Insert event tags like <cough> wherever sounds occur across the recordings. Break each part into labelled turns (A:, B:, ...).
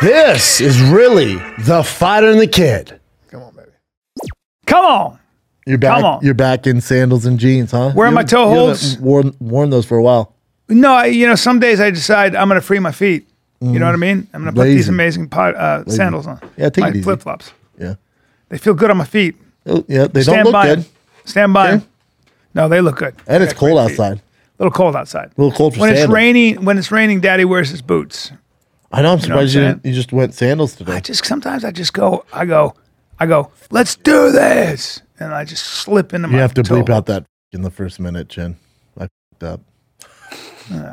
A: this is really the fighter and the kid.
B: Come on, baby.
C: Come on.
A: You're back.
C: Come on.
A: You're back in sandals and jeans, huh?
C: Where are
A: You
C: my
A: haven't-
C: toe
A: you haven't
C: holds?
A: Worn, worn those for a while.
C: No, I, you know, some days I decide I'm going to free my feet. You know what I mean? I'm going to put these
A: Mm. Lazy.
C: amazing pot, uh, sandals on.
A: Yeah, take
C: my
A: it easy.
C: flip flops.
A: Yeah.
C: They feel good on my feet.
A: Oh, yeah. They
C: Stand
A: don't look
C: by. 'em.
A: good,
C: Stand by. 'em.
A: Okay.
C: No, they look good.
A: and it's
C: Got
A: cold
C: great feet.
A: outside.
C: A little cold outside.
A: A little cold for
C: when it's
A: sandals.
C: raining. When it's raining, Daddy wears his boots.
A: I know. I'm
C: know what I'm
A: surprised you, didn't- you just went sandals today.
C: I just sometimes I just go. I go. I go. Let's do this, and I just slip into my.
A: You have to
C: toe.
A: bleep out that in the first minute, Jen. I fucked up.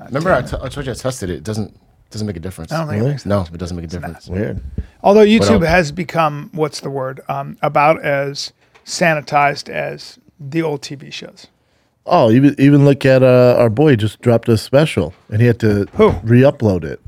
B: Remember, I, t- I told you I tested it. It doesn't doesn't make a difference.
C: I don't think it makes
B: no, it doesn't make a difference.
A: Weird.
C: Although YouTube
B: I'll-
C: has become what's the word? Um, about as sanitized as the old TV shows.
A: Oh, even even look at uh, our boy just dropped a special, and he had to
C: Who?
A: re-upload it.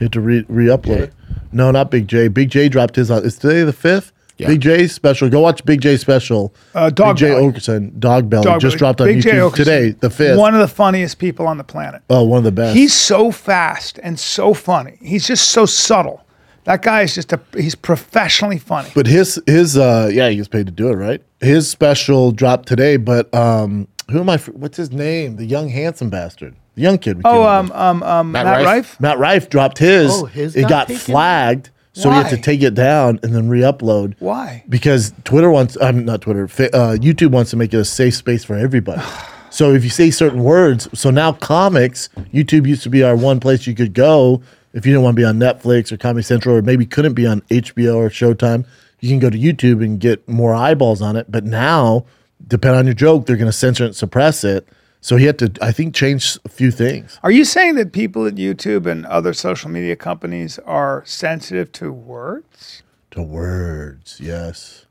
A: He had to re re-upload it. No, not Big J. Big J dropped his. On, is today the fifth?
B: Yeah.
A: Big J's special. Go watch Big J special.
C: Uh, Dog
A: Big J
C: Belly.
A: Okerson, Dog Belly,
C: Dog
A: just
C: Belly.
A: dropped on
C: Big J
A: YouTube
C: Okerson.
A: today, the fifth.
C: One of the funniest people on the planet.
A: oh, one of the best.
C: He's so fast and so funny. He's just so subtle. That guy is just a. He's professionally funny.
A: But his his uh yeah, he gets paid to do it, right? His special dropped today, but um who am I fr- what's his name? The young handsome bastard. The young kid. we
C: oh,
A: came up
C: um,
A: with.
C: um, um, Matt,
B: Matt
C: Rife.
B: Rife?
A: Matt Rife dropped his.
D: Oh, his
A: it
D: got
A: got
D: taken?
A: flagged, so we had to
C: Why?
A: take it down and then re-upload.
C: Why?
A: Because Twitter wants I'm not Twitter, fa- uh, YouTube wants to make it a safe space for
D: <sighs>
A: everybody. so if you say certain words, so now comics, YouTube used to be our one place you could go if you didn't want to be on Netflix or Comedy Central or maybe couldn't be on HBO or Showtime, you can go to YouTube and get more eyeballs on it. But now, depending on your joke, they're going to censor and suppress it. So he had to, I think, change a few things.
C: Are you saying that people at YouTube and other social media companies are sensitive to words?
A: To words, yes.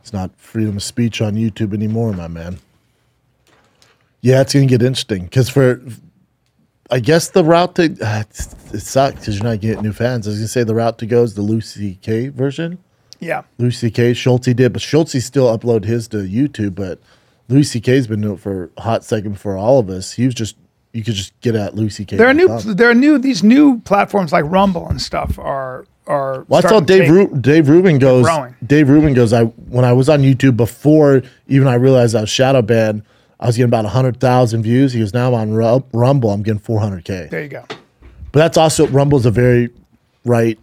A: It's not freedom of speech on YouTube anymore, my man. Yeah, it's going to get interesting because for, I guess the route to, uh, it's- it sucks because you're not getting new fans. I was going to say the route to go is the Lucy K version.
C: Yeah.
A: Lucy K. Schultz did, but Schultz still upload his to YouTube. But Lucy K's been doing it for a hot second for all of us. He was just, you could just get at Lucy K.
C: There are new. There are new. These new platforms like Rumble and stuff are are.
A: Well, I saw
C: starting to
A: Dave
C: take-
A: Ru- Dave Rubin goes.
C: growing.
A: Dave Rubin goes. I when I was on YouTube before even I realized I was shadow banned, I was getting about hundred thousand views. He goes now I'm on Ru- Rumble. I'm getting four hundred k.
C: There you go.
A: But that's also Rumble's a very right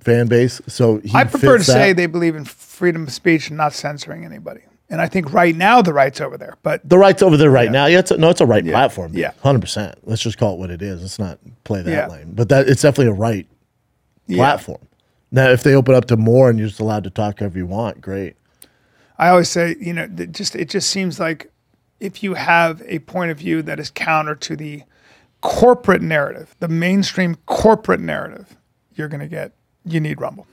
A: fan base. So he
C: I prefer to
A: fits
C: say
A: that.
C: they believe in freedom of speech and not censoring anybody. And I think right now the right's over there. But
A: the right's over there right now. Yeah, it's a, no, it's a right platform.
C: Yeah.
A: hundred percent. Let's just call it what it is. Let's not play that
C: Yeah.
A: lane. But that it's definitely a right
C: yeah,
A: platform. Now, if they open up to more and you're just allowed to talk however you want, great.
C: I always say, you know, th- just it just seems like if you have a point of view that is counter to the corporate narrative, the mainstream corporate narrative, you're going to get you need Rumble.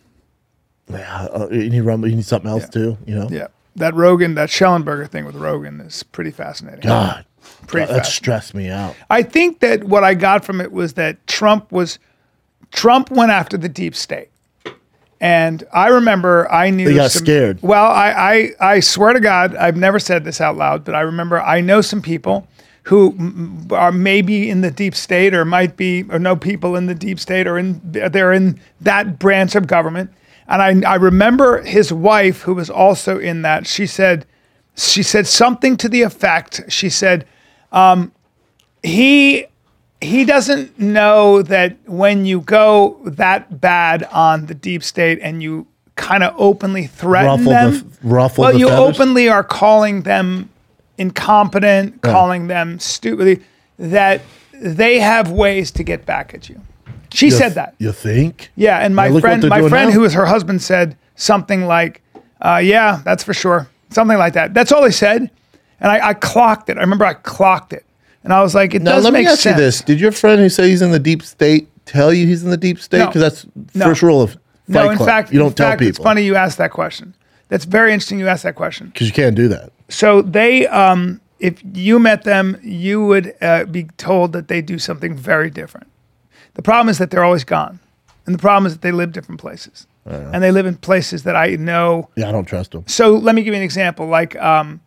A: Yeah, uh, you need Rumble. You need something else too. You know.
C: Yeah. That Rogan, that Schellenberger thing with Rogan is pretty fascinating.
A: God,
C: Pretty
A: that
C: fascinating.
A: stressed me out.
C: I think that what I got from it was that Trump was Trump went after the deep state. And I remember I knew
A: They got scared.
C: Well, I, I I swear to God, I've never said this out loud, but I remember I know some people who m- m- are maybe in the deep state or might be or know people in the deep state or in they're in that branch of government. And I I remember his wife who was also in that. She said she said something to the effect. She said he he doesn't know that when you go that bad on the deep state and you kind of openly threaten
A: Ruffle the
C: them,
A: f- ruffle
C: well,
A: the
C: you
A: feathers?
C: openly are calling them incompetent, calling them stupid, that they have ways to get back at you. She
A: You
C: said
A: th-
C: that.
A: You think?
C: Yeah, and
A: Now
C: my
A: look what
C: friend,
A: they're
C: my
A: doing
C: friend
A: now.
C: who was her husband said something like, uh, "Yeah, that's for sure," something like that. That's all he said, and I, I clocked it. I remember I clocked it, and I was like, "It
A: Now
C: does
A: let
C: make
A: me ask
C: sense."
A: you this: Did your friend who said he's in the deep state tell you he's in the deep state?
C: No.
A: Because that's
C: No.
A: first rule of Fight
C: No, in
A: Club.
C: fact,
A: you
C: in
A: don't tell
C: fact,
A: people.
C: It's funny you asked that question. That's very interesting. You asked that question.
A: because you can't do that.
C: So they, um, if you met them, you would uh, be told that they do something very different. The problem is that they're always gone, and the problem is that they live different places, and they live in places that I know.
A: Yeah, I don't trust him.
C: So let me give you an example. Like um,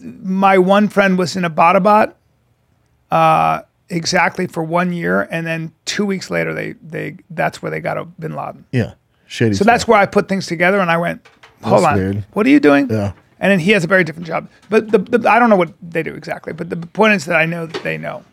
C: my one friend was in Abbottabad, uh, exactly for one year, and then two weeks later, they they that's where they got a Bin Laden.
A: Yeah. Shady.
C: So that's where I put things together, and I went, "Hold
A: That's
C: on,
A: weird.
C: what are you doing?"
A: Yeah.
C: And then he has a very different job. But the, the I don't know what they do exactly. But the point is that I know that they know.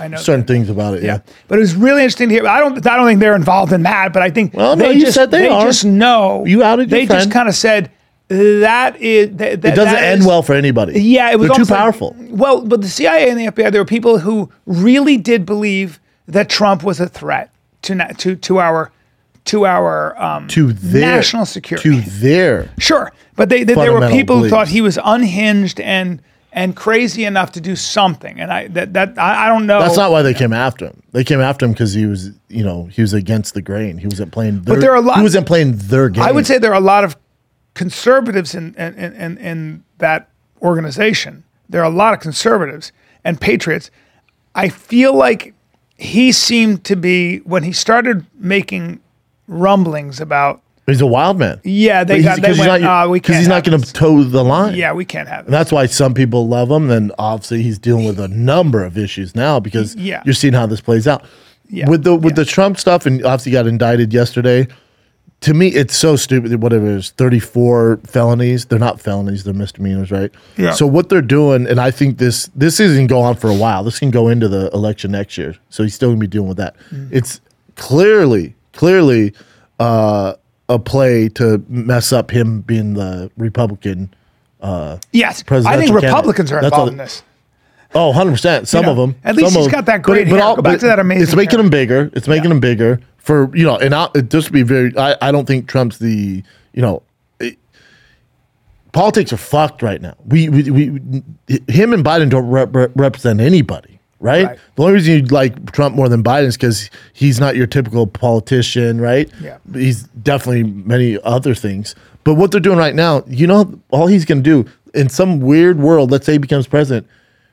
C: I know. that-
A: certain things about it. Yeah.
C: But it was really interesting to hear. I don't. I don't think they're involved in that. But I think.
A: Well, no, you
C: just,
A: said they are.
C: just know.
A: You outed your
C: They
A: friend.
C: just kind of said that is. That,
A: It doesn't end well for anybody.
C: Yeah, it was
A: They're too
C: almost like-
A: powerful.
C: well, but the CIA and the FBI, there were people who really did believe that Trump was a threat to na- to to our to our um,
A: to their
C: national security.
A: To their
C: Sure, but they, they there were
A: Fundamental
C: people who thought
A: beliefs.
C: he was unhinged and and crazy enough to do something. And I that that I, I don't know.
A: That's not why they came after him. They came after him because he was, you know, he was against the grain. He wasn't playing. Their,
C: there are a lot-
A: He wasn't playing their game.
C: I would say there are a lot of conservatives in in, in, in that organization. There are a lot of conservatives and patriots. I feel like he seemed to be when he started making rumblings about
A: he's a wild man.
C: yeah they
A: But
C: got
A: he's-
C: they
A: 'cause he's
C: went
A: not-
C: uh, we
A: 'cause
C: can't
A: He's
C: have
A: not going
C: this.
A: to toe the line.
C: yeah we can't have it.
A: And that's why some people love him. Then obviously he's dealing with a number of issues now because
C: Yeah.
A: you're seeing how this plays out.
C: Yeah,
A: With the with the Trump stuff and obviously got indicted yesterday. To me, it's so stupid. Whatever it is, 34 felonies. They're not felonies, they're misdemeanors, right?
C: Yeah.
A: So what they're doing, and I think this this isn't going on for a while. This can go into the election next year. So he's still gonna be dealing with that.
C: Mm.
A: It's clearly, clearly uh a play to mess up him being the Republican
C: yes I
A: presidential
C: think
A: candidate.
C: Republicans are
A: That's all
C: involved in
A: that-
C: this
A: Oh, 100%. Some
C: know,
A: of them.
C: at least
A: some
C: he's
A: of 'em.
C: got that great hair. Go back to that amazing
A: It's making
C: hair.
A: them bigger. It's making
C: Yeah.
A: them bigger for, you know, and I'll, it- just to be very, I, I don't think Trump's the, you know, it- politics are fucked right now. We, we, we, him and Biden don't rep- rep- represent anybody, right?
C: Right.
A: The only reason you like Trump more than Biden is because he's not your typical politician, right?
C: Yeah.
A: He's definitely many other things. But what they're doing right now, you know, all he's going to do in some weird world, let's say he becomes president,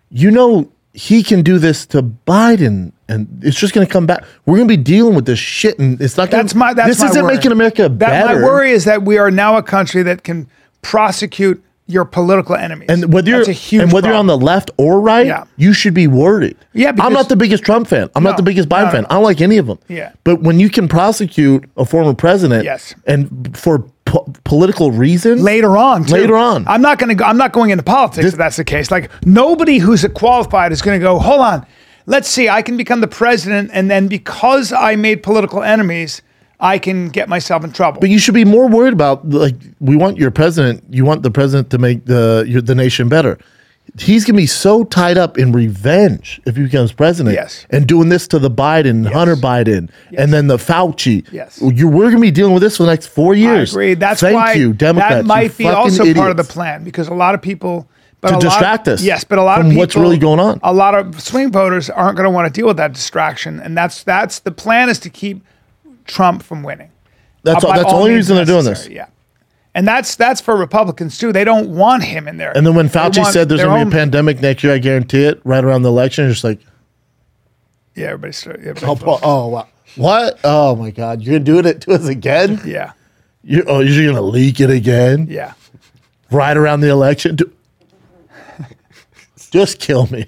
A: you know, he can do this to Biden and it's just going to come back. We're going to be dealing with this shit and it's not going
C: That's my that's
A: This
C: my
A: isn't
C: worry.
A: making America
C: that,
A: better.
C: My worry is that we are now a country that can prosecute your political enemies.
A: And whether you're
C: that's a huge
A: and whether
C: problem.
A: you're on the left or right,
C: Yeah.
A: you should be worried.
C: Yeah, because-
A: I'm not the biggest Trump fan. I'm
C: No,
A: not the biggest
C: no,
A: Biden
C: no.
A: fan. I don't like any of them.
C: Yeah.
A: but when you can prosecute a former president,
C: Yes.
A: and for po- political reasons,
C: later on. too.
A: Later on.
C: I'm not going to go. I'm not going into politics if that's the case. Like nobody who's qualified is going to go. Hold on, let's see. I can become the president, and then because I made political enemies, I can get myself in trouble.
A: But you should be more worried about like we want your president. You want the president to make the your, the nation better. He's gonna be so tied up in revenge if he becomes president,
C: Yes.
A: and doing this to the Biden, Hunter Biden, and then the Fauci.
C: Yes.
A: you we're gonna be dealing with this for the next four
C: I
A: years.
C: agree. That's
A: Thank
C: why
A: you, Democrats.
C: that
A: you
C: might be
A: fucking
C: also part of the
A: idiots.
C: plan because a lot of people. But
A: To
C: a lot of-
A: distract us
C: yes. But a lot of
A: from
C: people,
A: what's really going on.
C: A lot of swing voters aren't going to want to deal with that distraction, and that's that's the plan is to keep Trump from winning.
A: That's
C: Uh,
A: all,
C: by
A: that's the
C: all
A: only
C: means
A: reason they're doing this.
C: necessary, Yeah. And that's that's for Republicans too. They don't want him in there.
A: And then when
C: They
A: Fauci
C: want
A: said there's
C: their
A: gonna be
C: own-
A: a pandemic next year, I guarantee it. Right around the election, it's just like
C: yeah, everybody's everybody
A: oh,
C: votes.
A: oh wow. What? Oh my God! You're doing it to us again?
C: yeah,
A: You, oh, you're gonna leak it again?
C: yeah.
A: right around the election. Do- just kill me.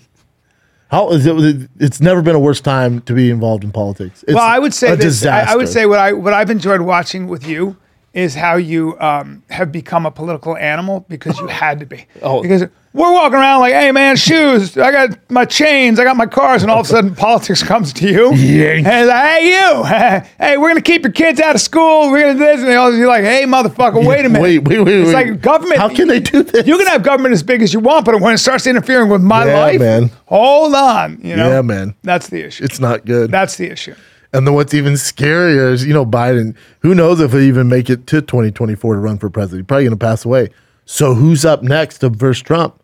A: How is it? It's never been a worse time to be involved in politics. It's
C: Well, I would say
A: a
C: this. I, I would
A: disaster.
C: say what I what I've enjoyed watching with you is how you um, have become a political animal because you had to be.
A: Oh.
C: Because we're walking around like, hey man, shoes. I got my chains. I got my cars, and all of a sudden politics comes to you.
A: Yank.
C: And it's like, hey you. <laughs> hey, we're gonna keep your kids out of school. We're gonna do this, and they all be like, hey motherfucker, wait a minute.
A: Wait, wait, wait,
C: It's
A: wait.
C: like government.
A: How can they do this?
C: You can have government as big as you want, but when it starts interfering with my
A: Yeah,
C: life,
A: man.
C: hold on. You know,
A: Yeah, man.
C: That's the issue.
A: It's not good.
C: That's the issue.
A: and then what's even scarier is, you know, Biden. Who knows if he even make it to 2024 to run for president? He's probably going to pass away. So who's up next to versus Trump?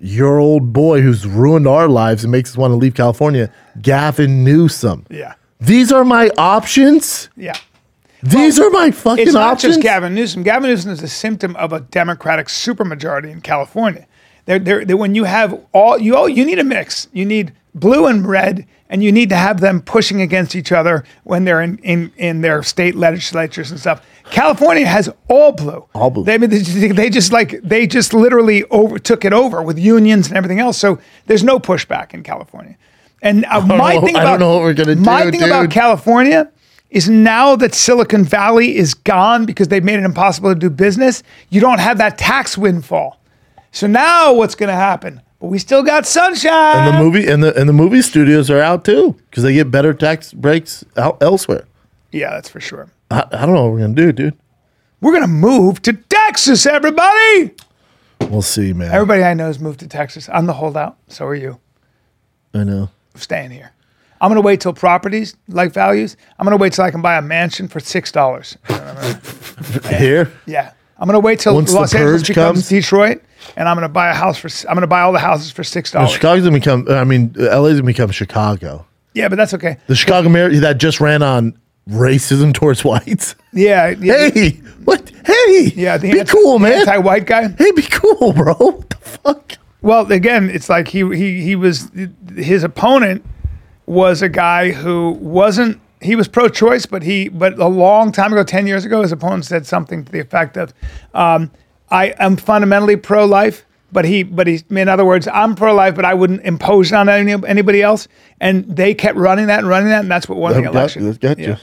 A: Your old boy who's ruined our lives and makes us want to leave California, Gavin Newsom.
C: Yeah.
A: These are my options.
C: Yeah.
A: These are my fucking
C: It's not
A: options.
C: just Gavin Newsom. Gavin Newsom is a symptom of a Democratic supermajority in California. They're, they're, they when you have all you all, you need a mix. You need blue and red, and you need to have them pushing against each other when they're in, in, in their state legislatures and stuff. California has all blue.
A: All blue.
C: They, I mean, they just, they just like they just literally overtook it over with unions and everything else. So there's no pushback in California. And
A: <laughs>
C: uh, my
A: know-
C: thing
A: I
C: about
A: don't know what we're gonna
C: my
A: do,
C: thing about
A: dude.
C: California is now that Silicon Valley is gone because they made it impossible to do business. You don't have that tax windfall. So now what's going to happen? But we still got sunshine.
A: And the movie and the and the movie studios are out too because they get better tax breaks out elsewhere.
C: yeah, that's for sure.
A: I, I don't know what we're gonna do, dude.
C: We're going to move to Texas, everybody.
A: We'll see, man.
C: Everybody I know has moved to Texas. I'm the holdout. So are you.
A: I know.
C: staying here. I'm gonna wait till properties like values. I'm gonna wait till I can buy a mansion for six dollars.
A: Here,
C: Yeah, I'm gonna wait till
A: Once the
C: Los Angeles
A: purge
C: becomes
A: comes?
C: Detroit, and I'm gonna buy a house for. s- I'm gonna buy all the houses for six dollars.
A: Chicago's gonna become. I mean, LA's gonna become Chicago.
C: Yeah, but that's okay.
A: The Chicago mayor that just ran on racism <laughs> towards whites.
C: Yeah, yeah,
A: Hey, what? Hey,
C: yeah.
A: be cool, man.
C: Anti-white guy.
A: hey, be cool, bro. <laughs> What the fuck?
C: Well, again, it's like he he he was his opponent was a guy who wasn't he was pro-choice, but he but a long time ago, ten years ago, his opponent said something to the effect of, um, "I am fundamentally pro-life." But he, but he, in other words, I'm pro-life, but I wouldn't impose it on any, anybody else. And they kept running that and running that, and that's what won the election.
A: Got, got you.
C: Yeah.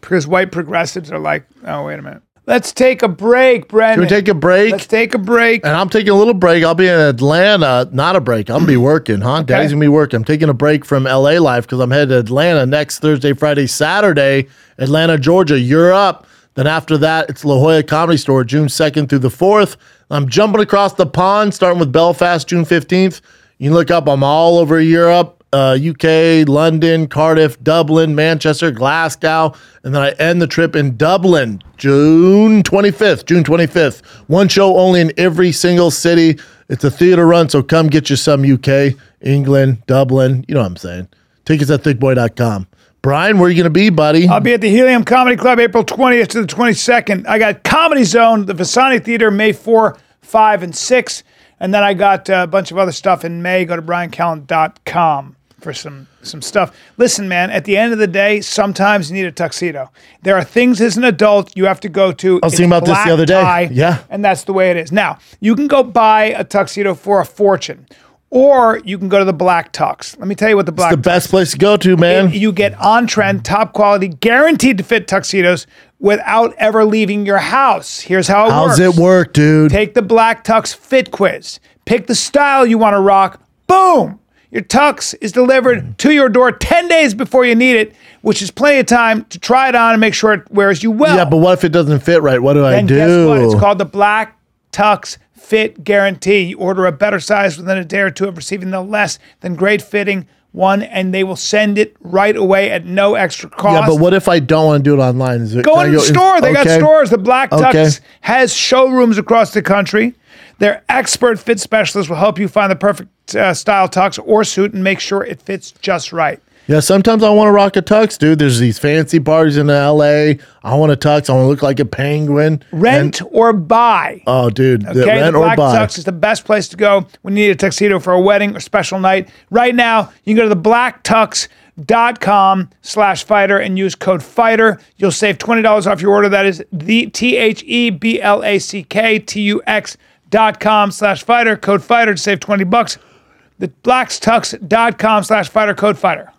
C: Because white progressives are like, oh wait a minute, let's take a break, Brandon.
A: Can we take a break?
C: Let's take a break.
A: And I'm taking a little break. I'll be in Atlanta. Not a break. I'm gonna be working, huh? Daddy's gonna be working. I'm taking a break from LA life because I'm headed to Atlanta next Thursday, Friday, Saturday. Atlanta, Georgia. You're up. Then after that, it's La Jolla Comedy Store, June 2nd through the 4th. I'm jumping across the pond, starting with Belfast, June 15th. You can look up. I'm all over Europe, uh, UK, London, Cardiff, Dublin, Manchester, Glasgow, and then I end the trip in Dublin, June 25th. June 25th. One show only in every single city. It's a theater run, so come get you some UK, England, Dublin. You know what I'm saying. Tickets at thickboy.com. Brian, where are you going to be, buddy?
C: I'll be at the Helium Comedy Club April 20th to the 22nd. I got Comedy Zone, the Visani Theater, May 4, 5, and 6. And then I got uh, a bunch of other stuff in May. Go to briancallen.com for some, some stuff. Listen, man, at the end of the day, sometimes you need a tuxedo. There are things as an adult you have to go to. I
A: was thinking about this the other day. Yeah.
C: And that's the way it is. Now, you can go buy a tuxedo for a fortune, or you can go to the Black Tux. Let me tell you what the Black
A: the
C: Tux
A: best place to go to, man.
C: and you get on trend, top quality, guaranteed to fit tuxedos without ever leaving your house. Here's how it
A: How's
C: works.
A: it work, dude?
C: Take the Black Tux Fit Quiz. Pick the style you want to rock. Boom! Your tux is delivered to your door 10 days before you need it, which is plenty of time to try it on and make sure it wears you well.
A: yeah, but what if it doesn't fit right? What do I
C: And
A: do?
C: guess what? It's called the Black Tux Fit Guarantee. You order a better size within a day or two of receiving the less than great fitting one, and they will send it right away at no extra cost.
A: yeah, but what if I don't want to do it online? Is it,
C: Go
A: can I
C: into the
A: in-
C: store. They got
A: okay.
C: stores. The Black Tux
A: Okay.
C: has showrooms across the country. Their expert fit specialists will help you find the perfect uh, style tux or suit and make sure it fits just right.
A: Yeah, sometimes I want to rock a tux, dude. There's these fancy parties in LA. I want a tux. I want to look like a penguin. And-
C: Rent or buy.
A: oh, dude. the
C: Okay,
A: rent
C: the
A: or
C: Black
A: buy.
C: Tux is the best place to go when you need a tuxedo for a wedding or special night. Right now, you can go to the blacktux.com slash fighter and use code fighter. You'll save $20 off your order. That is the T H E B L A C K T U X dot com slash fighter, code fighter to save 20 bucks. The blacktux.com slash fighter, code fighter.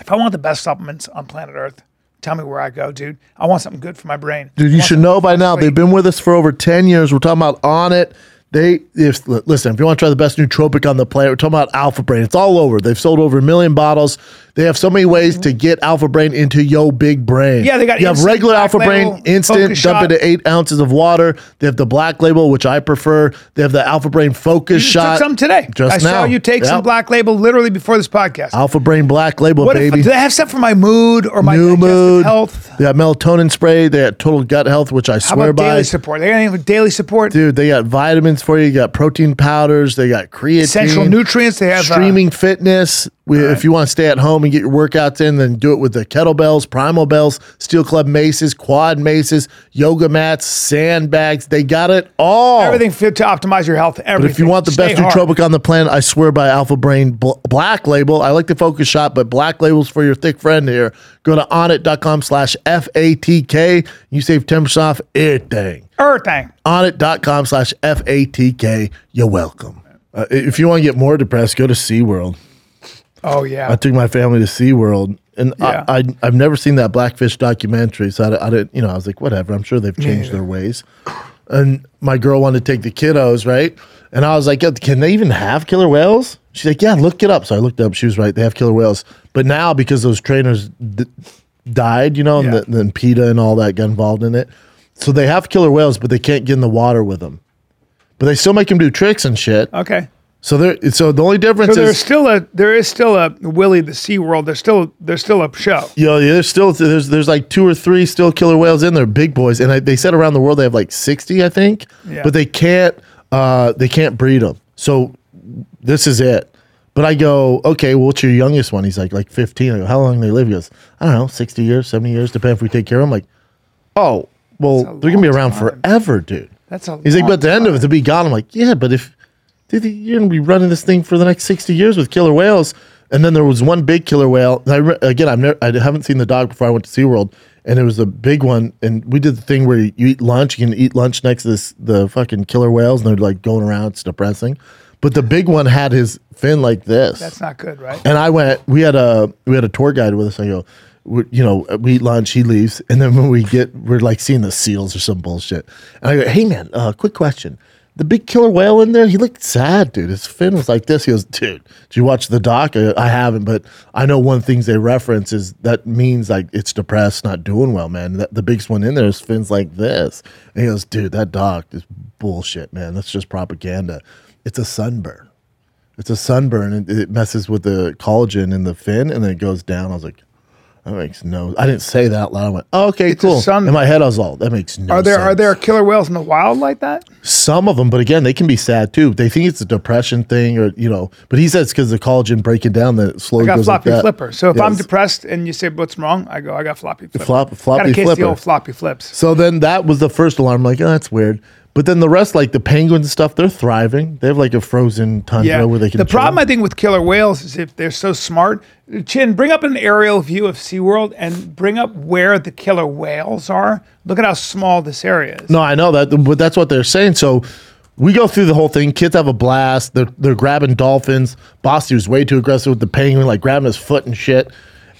C: If I want the best supplements on planet Earth, tell me where I go, dude. I want something good for my brain.
A: Dude, you should know by now.
C: Sweet.
A: They've been with us for over 10 years. We're talking about On It. They, if, li- listen, if you want to try the best nootropic on the planet, we're talking about Alpha Brain. It's all over. They've sold over a million bottles. They have so many ways to get Alpha Brain into yo big brain.
C: Yeah, they got
A: You have
C: instant
A: regular
C: black
A: Alpha
C: label,
A: Brain, instant,
C: focus
A: dump
C: shot.
A: into eight ounces of water. They have the black label, which I prefer. They have the Alpha Brain Focus
C: You
A: Shot.
C: took some today.
A: Just
C: I
A: now.
C: saw you take some
A: Yep.
C: black label literally before this podcast.
A: Alpha Brain Black Label,
C: what
A: baby.
C: if do they have stuff for my mood or my
A: New
C: digestive
A: mood.
C: health?
A: They got melatonin spray. They got total gut health, which I
C: How
A: swear
C: about
A: by.
C: daily support? They got anything for daily support?
A: dude. They got vitamins for you. You got protein powders. They got creatine,
C: Essential nutrients. They have uh,
A: streaming fitness. We, If you want to stay at home and get your workouts in, then do it with the kettlebells, primal bells, steel club maces, quad maces, yoga mats, sandbags. They got it all.
C: everything fit to optimize your health. Everything.
A: But if you want the
C: Stay
A: best
C: hard.
A: nootropic on the planet, I swear by Alpha Brain Bl- Black Label. I like the focus shot, but Black Label's for your thick friend here. Go to onit.com slash F-A-T-K. You save 10% off everything.
C: everything.
A: Onit.com slash F-A-T-K. You're welcome. Uh, if you want to get more depressed, go to SeaWorld.
C: Oh yeah.
A: I took my family to SeaWorld and
C: Yeah.
A: I, I, I've never seen that Blackfish documentary. So I, I didn't, you know, I was like, whatever, I'm sure they've changed their ways. And my girl wanted to take the kiddos, right? And I was like, can they even have killer whales? She's like, yeah, look it up. So I looked it up. She was right. They have killer whales. But now because those trainers d- died, you know, and
C: Yeah.
A: the, then PETA and all that got involved in it. So they have killer whales, but they can't get in the water with them. But they still make them do tricks and shit.
C: okay.
A: So they're so the only difference
C: So
A: is
C: there's still a there is still a Willie the Sea World. There's still there's still a show.
A: Yo, yeah, there's still there's there's like two or three still killer whales in there, big boys, and I, they said around the world they have like sixty, I think,
C: Yeah.
A: but they can't uh, they can't breed them. So this is it. But I go, okay, well, what's your youngest one? He's like like fifteen. I go, how long do they live? He goes, I don't know, sixty years, seventy years, depending if we take care of them. Like, oh, well,
C: That's a
A: they're gonna be
C: long
A: around
C: time.
A: forever, dude.
C: That's a.
A: He's like,
C: long
A: but the end of it, to be gone. I'm like, yeah, but if dude, you're gonna be running this thing for the next sixty years with killer whales, and then there was one big killer whale. And I re- again, I've never, I haven't seen the dog before I went to SeaWorld, and it was a big one. And we did the thing where you eat lunch, you can eat lunch next to this the fucking killer whales, and they're like going around. It's depressing, but the big one had his fin like this.
C: That's not good, right?
A: And I went. We had a we had a tour guide with us. I go, we, you know, we eat lunch. He leaves, and then when we get, we're like seeing the seals or some bullshit. And I go, hey man, uh, quick question. The big killer whale in there, he looked sad, dude. His fin was like this. He goes, dude, did you watch the doc? I, I haven't, but I know one things they reference is that means like it's depressed, not doing well, man. That, the biggest one in there is fins like this. And he goes, dude, that doc is bullshit, man. That's just propaganda. It's a sunburn it's a sunburn and it messes with the collagen in the fin and then it goes down. I was like, that makes no. I didn't say that out loud. I went, oh, okay,
C: a
A: cool.
C: sunburn.
A: In my head, I was all, that makes no.
C: Are there are
A: sense."
C: there killer whales in the wild like that?
A: some of them? But again, they can be sad too. They think it's a depression thing or you know. But he says because the collagen breaking down that it slowly
C: I got
A: goes
C: floppy
A: like that.
C: flipper. So if I'm
A: Yes.
C: depressed and you say what's wrong, I go I got floppy flipper.
A: Flop-
C: got
A: floppy
C: a case of the
A: flipper.
C: old floppy flips.
A: So then that was the first alarm. Like, oh, that's weird. But then the rest, like the penguins and stuff, they're thriving. They have like a frozen tundra
C: Yeah.
A: where they can.
C: the problem
A: chill.
C: I think with killer whales is if they're so smart. Chin, bring up an aerial view of SeaWorld and bring up where the killer whales are. Look at how small this area is.
A: No, I know that, but that's what they're saying. So we go through the whole thing. Kids have a blast. They're they're grabbing dolphins. Bossy was way too aggressive with the penguin, like grabbing his foot and shit.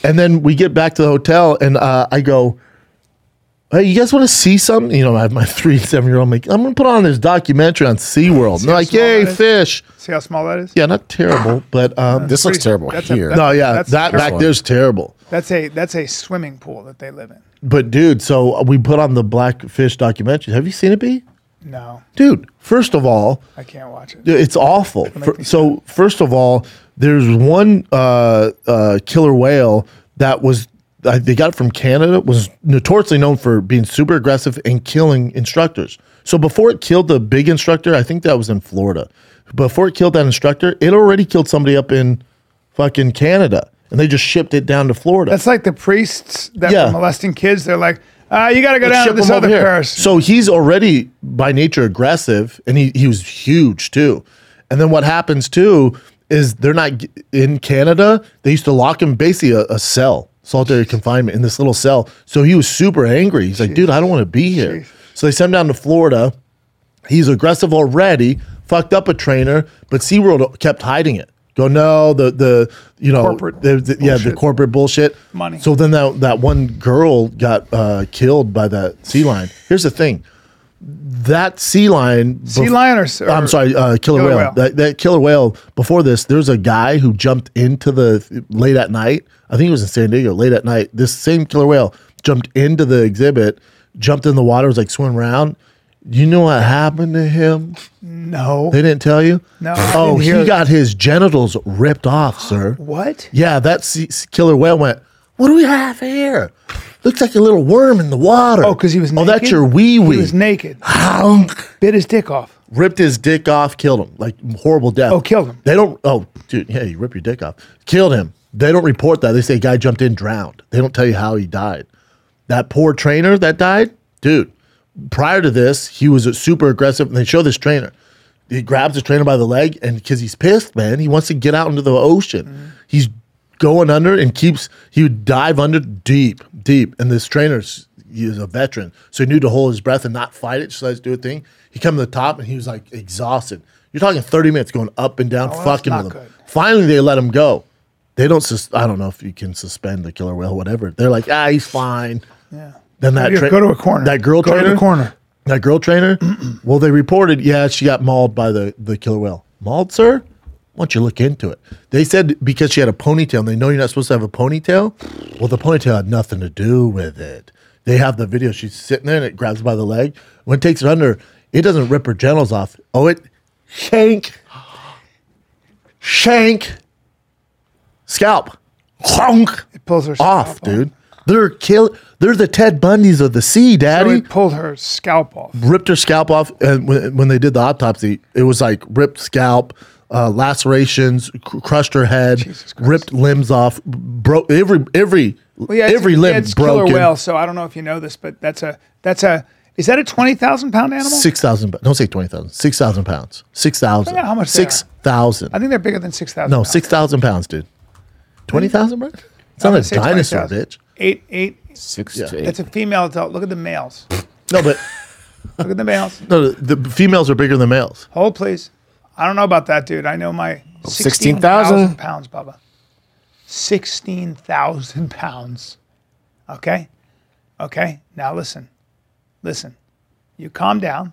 A: And then we get back to the hotel, and uh, I go, "Hey, you guys want to see something?" You know, I have my <laughs> three and seven year old. I'm like, "I'm gonna put on this documentary on SeaWorld." And they're
C: how
A: like,
C: small
A: "Yay,
C: that is?
A: fish!"
C: See how small that is?
A: Yeah, not terrible,
C: <laughs>
A: but um,
B: This looks
C: pretty-
B: terrible
C: that's a-
B: here.
A: no, yeah,
C: That's
A: that back
B: terrible.
A: there's terrible.
C: That's a that's a swimming pool that they live in.
A: But dude, so we put on the blackfish documentary. Have you seen it, B?
C: No,
A: Dude, first of all,
C: I can't watch it.
A: Yeah, It's awful.
C: make
A: Fir- so first of all, there's one uh, uh, killer whale that was I they got it from Canada was notoriously known for being super aggressive and killing instructors. So before it killed the big instructor, I think that was in Florida. Before it killed that instructor, it already killed somebody up in fucking Canada, and they just shipped it down to Florida.
C: That's like the priests that
A: Yeah.
C: were molesting kids. They're like, uh, you got to go
A: Let's
C: down to
A: ship
C: this
A: him over
C: other
A: here.
C: person.
A: So he's already by nature aggressive, and he he was huge too. And then what happens too is they're not g- in Canada. They used to lock him basically a, a cell, solitary confinement, in this little cell. So he was super angry. He's like, dude, I don't want to be here. So they sent him down to Florida. He's aggressive already, fucked up a trainer, but SeaWorld kept hiding it. Go no, the the you know
C: Corporate
A: the- the- yeah the
C: bullshit.
A: corporate bullshit
C: Money.
A: So then that that one girl got uh, killed by that sea lion. Here's the thing, that sea lion,
C: sea
A: bef-
C: lion or, s- or
A: I'm sorry, uh, killer,
C: Killer
A: whale.
C: whale.
A: That, that killer whale. Before this, there's a guy who jumped into the late at night. I think it was in San Diego. Late at night, this same killer whale jumped into the exhibit, jumped in the water, was like swimming around. You know what happened to him?
C: No,
A: They didn't tell you?
C: No, I
A: Oh,
C: <laughs> didn't
A: he
C: hear that.
A: got his genitals ripped off, sir.
C: what?
A: Yeah, that sea- sea killer whale went, What do we have here? Looks like a little worm in the water.
C: Oh, because he was.
A: Oh,
C: Naked?
A: that's your wee
C: He
A: wee.
C: was
A: <gasps>
C: naked. <gasps>
A: Honk.
C: Bit his dick off.
A: ripped his dick off, killed him. Like horrible death.
C: Oh, killed him.
A: They don't. Oh, dude, yeah, you rip your dick off. Killed him. They don't report that. They say guy jumped in, drowned. They don't tell you how he died. That poor trainer that died, dude. Prior to this, he was super aggressive, and they show this trainer. He grabs the trainer by the leg, and because he's pissed, man, he wants to get out into the ocean.
C: Mm-hmm.
A: He's going under and keeps. He would dive under deep, deep, and this trainer's he was a veteran, so he knew to hold his breath and not fight it. So let's do a thing. He come to the top, and he was like exhausted. You're talking 30 minutes going up and down,
C: Oh, that's
A: fucking
C: not
A: with him.
C: good.
A: Finally, they let him go. They don't. Sus- I don't know if you can suspend the killer whale, whatever. They're like, ah, he's fine. Yeah. Then that
C: Yeah,
A: tra-
C: go to a corner.
A: That girl
C: go
A: trainer.
C: to the corner.
A: That girl
C: <clears throat>
A: trainer. well, they reported. Yeah, she got mauled by the the killer whale. Mauled, sir. Why don't you look into it? They said because she had a ponytail. and They know you're not supposed to have a ponytail. Well, the ponytail had nothing to do with it. They have the video. She's sitting there and it grabs her by the leg. When it takes her under, it doesn't rip her genitals off. Oh, it shank, <gasps> shank, scalp, clunk
C: It pulls her scalp
A: off, dude. They're kill. They're the Ted Bundys of the sea,
C: So
A: daddy.
C: it pulled her scalp off.
A: ripped her scalp off, and when, when they did the autopsy, it was like ripped scalp, uh, lacerations, cr- crushed her head,
C: Jesus Christ.
A: ripped limbs off, broke every every
C: Well, yeah, it's-
A: every
C: yeah,
A: limb
C: it's
A: broken.
C: killer whale. So I don't know if you know this, but that's a that's a is that a twenty thousand pound animal?
A: Six thousand. Don't say twenty thousand. Six thousand pounds. Six thousand.
C: out how much they are.
A: Six thousand.
C: I think they're bigger than six thousand.
A: No, six thousand pounds, dude. Twenty thousand, bro. It's not a dinosaur, bitch.
C: Eight eight.
B: Six to eight.
C: That's a female adult. Look at the males.
A: No, but
C: Look at the
A: <laughs>
C: males.
A: no, the the females are bigger than males.
C: Hold please. I don't know about that, dude. I know my
A: Oh,
C: sixteen
B: 16,000.
C: thousand pounds, Bubba. Sixteen thousand <laughs> pounds. Okay, okay. Now listen, listen. You calm down.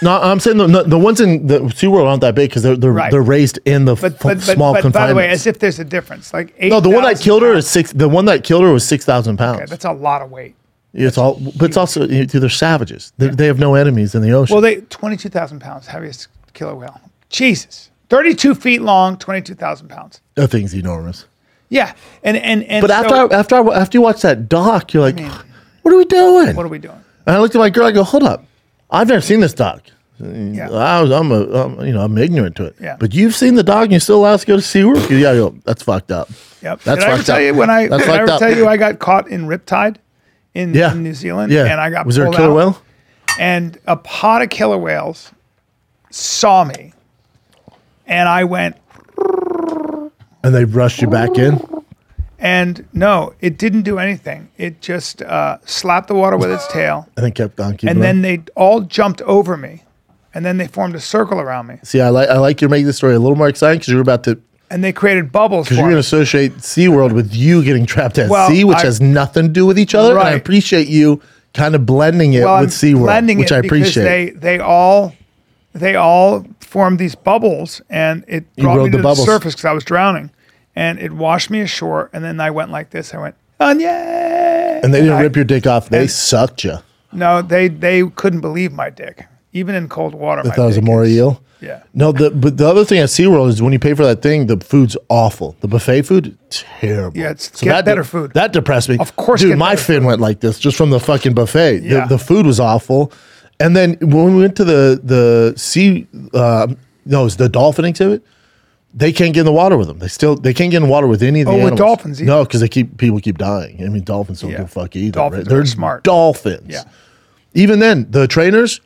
A: No, I'm saying the, the, the ones in the SeaWorld aren't that big because they're they're,
C: Right.
A: they're raised in the
C: But
A: f-
C: but, but,
A: small
C: but by the way,
A: confinements.
C: as if there's a difference. Like eight.
A: no, the one that
C: 8,000
A: killed her
C: pounds.
A: is six. The one that killed her was six thousand pounds.
C: Okay, that's a lot of weight.
A: it's all, but it's also you know, they're savages. They, they have no enemies in the ocean.
C: Well, they twenty-two thousand pounds heaviest killer whale. Jesus, thirty-two feet long, twenty-two thousand pounds.
A: that thing's enormous.
C: Yeah, and and and.
A: But after
C: so-
A: I, after I, after you watch that doc, you're like, what are we doing?
C: what are we doing?
A: And I looked at my girl. I go, hold up, I've never seen this doc. Mm,
C: Yeah,
A: I was, I'm a, I'm, you know, I'm ignorant to it.
C: Yeah.
A: But you've seen the dog, and you're still allowed to go to SeaWorld. yeah, I go, that's fucked up.
C: yep.
A: That's
C: did I ever
A: fucked
C: tell
A: up.
C: you when I
A: That's
C: did I
A: fucked
C: ever
A: up.
C: tell you I got caught in riptide in,
A: Yeah.
C: in New Zealand?
A: Yeah.
C: and I got
A: was there a
C: pulled
A: killer
C: out,
A: whale?
C: and a pod of killer whales saw me, and I went.
A: And they rushed you back in.
C: And no, it didn't do anything. It just uh, slapped the water
A: <gasps>
C: with its tail.
A: I think kept on keeping.
C: and
A: on.
C: then they all jumped over me and then they formed a circle around me
A: see, I like I like you're making the story a little more exciting because you're about to because
C: and they created bubbles for
A: you're going to
C: me.
A: associate SeaWorld with you getting trapped at
C: Well,
A: sea, which
C: I-
A: has nothing to do with each other. And I
C: Right.
A: appreciate you kind of blending it
C: Well,
A: with
C: I'm
A: SeaWorld,
C: blending
A: which
C: it
A: I
C: because
A: appreciate.
C: They they all they all formed these bubbles and it brought me
A: rode
C: to
A: the
C: the,
A: bubbles.
C: surface because I was drowning and it washed me ashore and then I went like this. I went Anya.
A: and they didn't
C: I-
A: rip your dick off. They sucked you.
C: No, they they couldn't believe my dick even in cold water.
A: I thought it was a moray eel.
C: Yeah.
A: No, the but the other thing at SeaWorld is when you pay for that thing, the food's awful. The buffet food, terrible.
C: Yeah, it's- get
A: that
C: better food.
A: That depressed me.
C: Of course
A: dude,
C: get
A: my
C: better
A: fin went like this just from the fucking buffet.
C: Yeah.
A: The, the food was awful, and then when we went to the the sea, uh, no, it's the dolphin exhibit. They can't get in the water with them. They still they can't get in the water with any of the
C: Oh, with
A: animals.
C: dolphins either.
A: No, because they keep people keep dying. I mean, dolphins don't
C: Yeah.
A: give a fuck either.
C: Dolphins
A: right?
C: are
A: They're
C: smart.
A: Dolphins
C: Yeah.
A: even then the trainers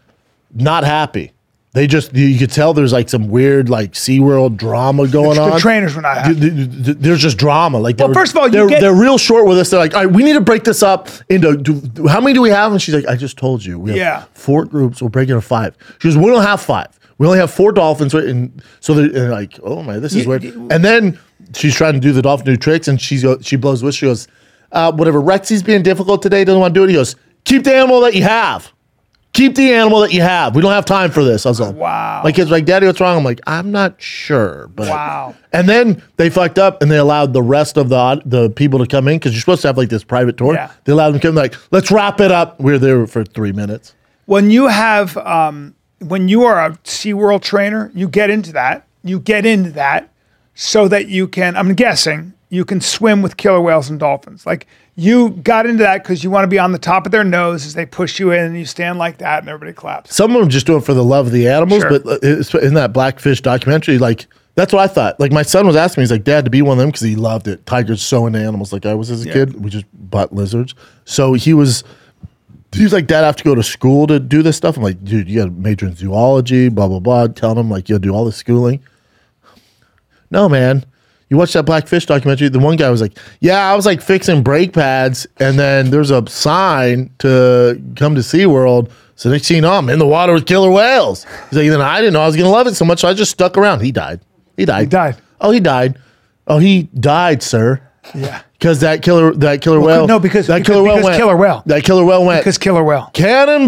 A: not happy they just you, you could tell there's like some weird like SeaWorld drama going
C: The
A: on
C: trainers were not happy.
A: Th- th- th- there's just drama like well,
C: first of all, you
A: they're,
C: get-
A: they're real short with us they're like all right we need to break this up into do, do- how many do we have and she's like i just told you we have
C: Yeah.
A: four groups we'll break it into five she goes we don't have five we only have four dolphins right?" and so they're and like oh my this is
C: You-
A: weird
C: you-
A: and then she's trying to do the dolphin new tricks and she's go- she blows with she goes uh, whatever rexy's being difficult today doesn't want to do it he goes keep the animal that you have keep the animal that you have. We don't have time for this. I was like,
C: Wow.
A: My kid's like, Daddy, what's wrong? I'm like, I'm not sure. But
C: Wow.
A: And then they fucked up and they allowed the rest of the the people to come in because you're supposed to have like this private tour.
C: Yeah.
A: They allowed them to come. Like, let's wrap it up. We were there for three minutes.
C: when you have um, when you are a SeaWorld trainer, you get into that. You get into that so that you can. I'm guessing you can swim with killer whales and dolphins. Like you got into that because you want to be on the top of their nose as they push you in, and you stand like that, and everybody claps.
A: Some of them just do it for the love of the animals,
C: Sure.
A: but uh, it's, in that Blackfish documentary, like that's what I thought. Like my son was asking me, he's like, "Dad, to be one of them because he loved it. Tigers so into animals, like I was as a kid. We just bought lizards, so he was." He was like, Dad, I have to go to school to do this stuff. I'm like, dude, you got to major in zoology, blah blah blah. Telling him like, you'll do all this schooling. No, man. You watch that Blackfish documentary. The one guy was like, "Yeah, I was like fixing brake pads, and then there's a sign to come to SeaWorld. So next thing you know, I'm in the water with killer whales." He's like, "Then I didn't know I was gonna love it so much, so I just stuck around." He died. He died. He
C: died.
A: Oh, he died. Oh, he died, sir.
C: Yeah.
A: Because that killer, that killer
C: Well,
A: whale.
C: no, because-
A: that
C: because- because killer whale.
A: That killer whale went.
C: Because killer whale.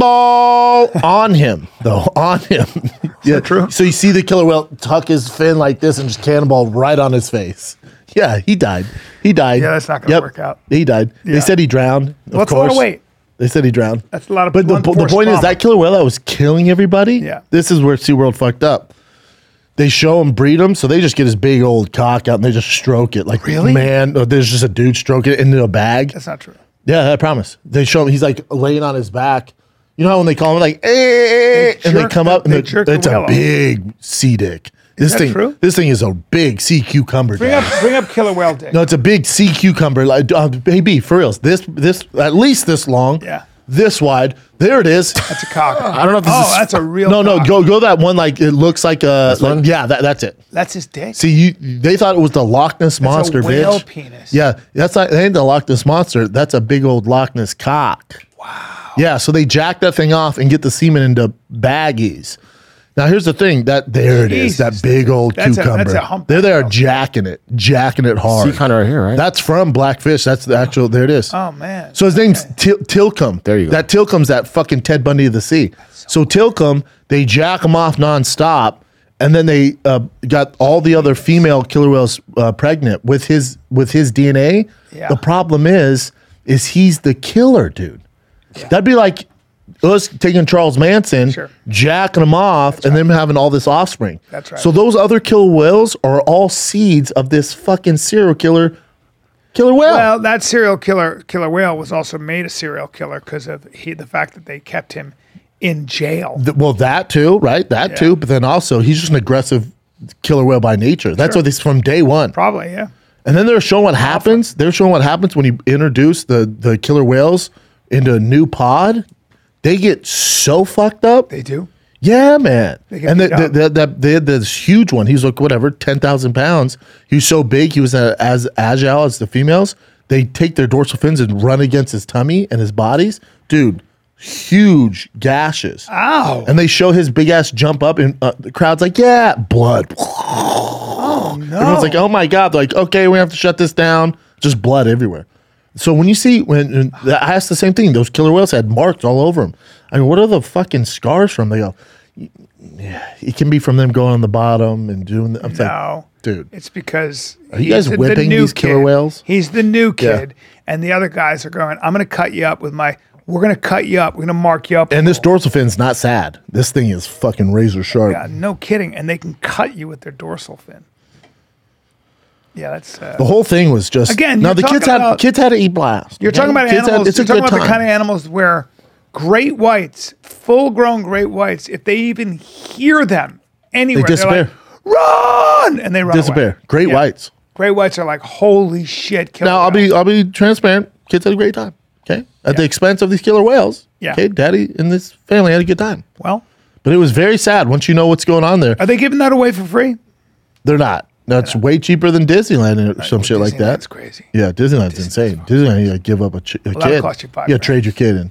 A: cannonball on him though on him <laughs> yeah
C: true?
A: so you see the killer whale tuck his fin like this and just cannonball right on his face yeah he died he died
C: Yeah, that's not gonna work out.
A: he died
C: Yeah.
A: they said he drowned of
C: Well, that's a lot of
A: course.
C: weight.
A: they said he drowned
C: That's a lot of
A: but the,
C: blunt
A: po- the
C: force
A: point is
C: trauma.
A: that killer whale that was killing everybody
C: Yeah.
A: this is where SeaWorld fucked up they show him breed him, so they just get his big old cock out and they just stroke it like
C: Really?
A: man. or There's just a dude stroking it into a bag.
C: That's not true.
A: Yeah, I promise. They show him. He's like laying on his back. You know how when they call him like, "Eh, eh, eh,"
C: They
A: and they
C: jerk
A: come
C: the-
A: up and
C: they
A: the-
C: jerk the
A: it's a
C: whale off.
A: big sea dick. This
C: that
A: thing,
C: true?
A: this thing is a big sea cucumber.
C: Bring
A: guy.
C: up bring up killer whale dick.
A: No, it's a big sea cucumber. Like, uh, baby, for reals. This, this, at least this long.
C: Yeah.
A: This wide. There it is.
C: That's a cock.
B: I don't know if this
C: oh,
B: is-
C: that's a real
A: no, no,
C: cock.
A: go, go. That one, like it looks like a.
B: one?
A: Like, yeah, that, that's it.
C: That's his dick.
A: See, you, they thought it was the Loch Ness
C: a
A: monster,
C: whale
A: bitch.
C: penis.
A: Yeah, that's not. That ain't the Loch Ness monster. That's a big old Loch Ness cock. Wow. Yeah, so they jack that thing off and get the semen into baggies. Now here's the thing. That there it is.
C: Jesus.
A: That big old
C: That's a-
A: cucumber.
C: that's a hump-
A: They're there jacking it, jacking it hard.
B: See, kind of right here, right?
A: That's from Blackfish. That's the actual. There it is.
C: Oh man.
A: So his name's Til- Tilcum.
B: There you go.
A: That Tilcum's that fucking Ted Bundy of the sea. So, Tilcum, they jack him off nonstop, and then they uh, got all the other female killer whales uh, pregnant with his with his DNA.
C: Yeah.
A: The problem is, is he's the killer, dude. That'd be like us taking Charles Manson,
C: Sure.
A: jacking him off, and then having all this offspring.
C: That's right.
A: So those other killer whales are all seeds of this fucking serial killer, killer whale.
C: Well, that serial killer, killer whale, was also made a serial killer because of he, the fact that they kept him in jail.
A: Th- well, that too, right? That
C: Yeah.
A: too. But then also, he's just an aggressive killer whale by nature. That's what he's from day one.
C: Probably, yeah.
A: And then they're showing what happens. They're showing what happens when you introduce the the killer whales into a new pod. They get so fucked up.
C: They do.
A: Yeah, man.
C: get
A: And
C: beat
A: that
C: up.
A: that that they had this huge one. He was like whatever, ten thousand pounds. He was so big. He was uh, as agile as the females. They take their dorsal fins and run against his tummy and his bodies, dude. Huge gashes.
C: Ow.
A: And they show his big ass jump up, and uh, the crowd's like, "Yeah, blood."
C: no.
A: Everyone's like, "Oh my god!" They're like, "Okay, we have to shut this down." Just blood everywhere. So when you see when and that- I asked the same thing, those killer whales had marks all over them. I mean, what are the fucking scars from? They go, "Yeah, it can be from them going on the bottom and doing." The, I'm like,
C: no.
A: dude.
C: It's because
A: Are you guys
C: he's
A: whipping these killer
C: kid.
A: whales?
C: He's the new
A: Yeah.
C: kid, and the other guys are going. I'm going to cut you up with my. We're going to cut you up. We're going to mark you up.
A: and this dorsal fin's not sad. This thing is fucking razor sharp.
C: Yeah, no kidding. And they can cut you with their dorsal fin. Yeah, that's. Uh,
A: The whole thing was just
C: Again,
A: Now
C: you're
A: the kids
C: talking
A: had
C: about-
A: kids had to eat blast.
C: You're talking about animals.
A: it's a
C: you're talking
A: good
C: about the
A: time.
C: kind of animals where great whites, full-grown great whites, if they even hear them anywhere, they're
A: disappear.
C: Like, Run! And they run. away.
A: disappear. Great
C: Yeah.
A: whites.
C: Great whites are like, holy shit! Killer
A: Now I'll
C: whales."
A: be I'll be transparent. Kids had a great time. Okay, at the expense of these killer whales.
C: Yeah.
A: Okay, daddy and this family had a good time,
C: well.
A: but it was very sad once you know what's going on there.
C: Are they giving that away for free?
A: They're not. That's way cheaper than Disneyland or some shit like that.
C: That's crazy.
A: Yeah, Disneyland's insane. Disneyland, you gotta give up a, ch- a
C: that'll
A: kid.
C: cost you five
A: yeah,
C: grand.
A: trade your kid in.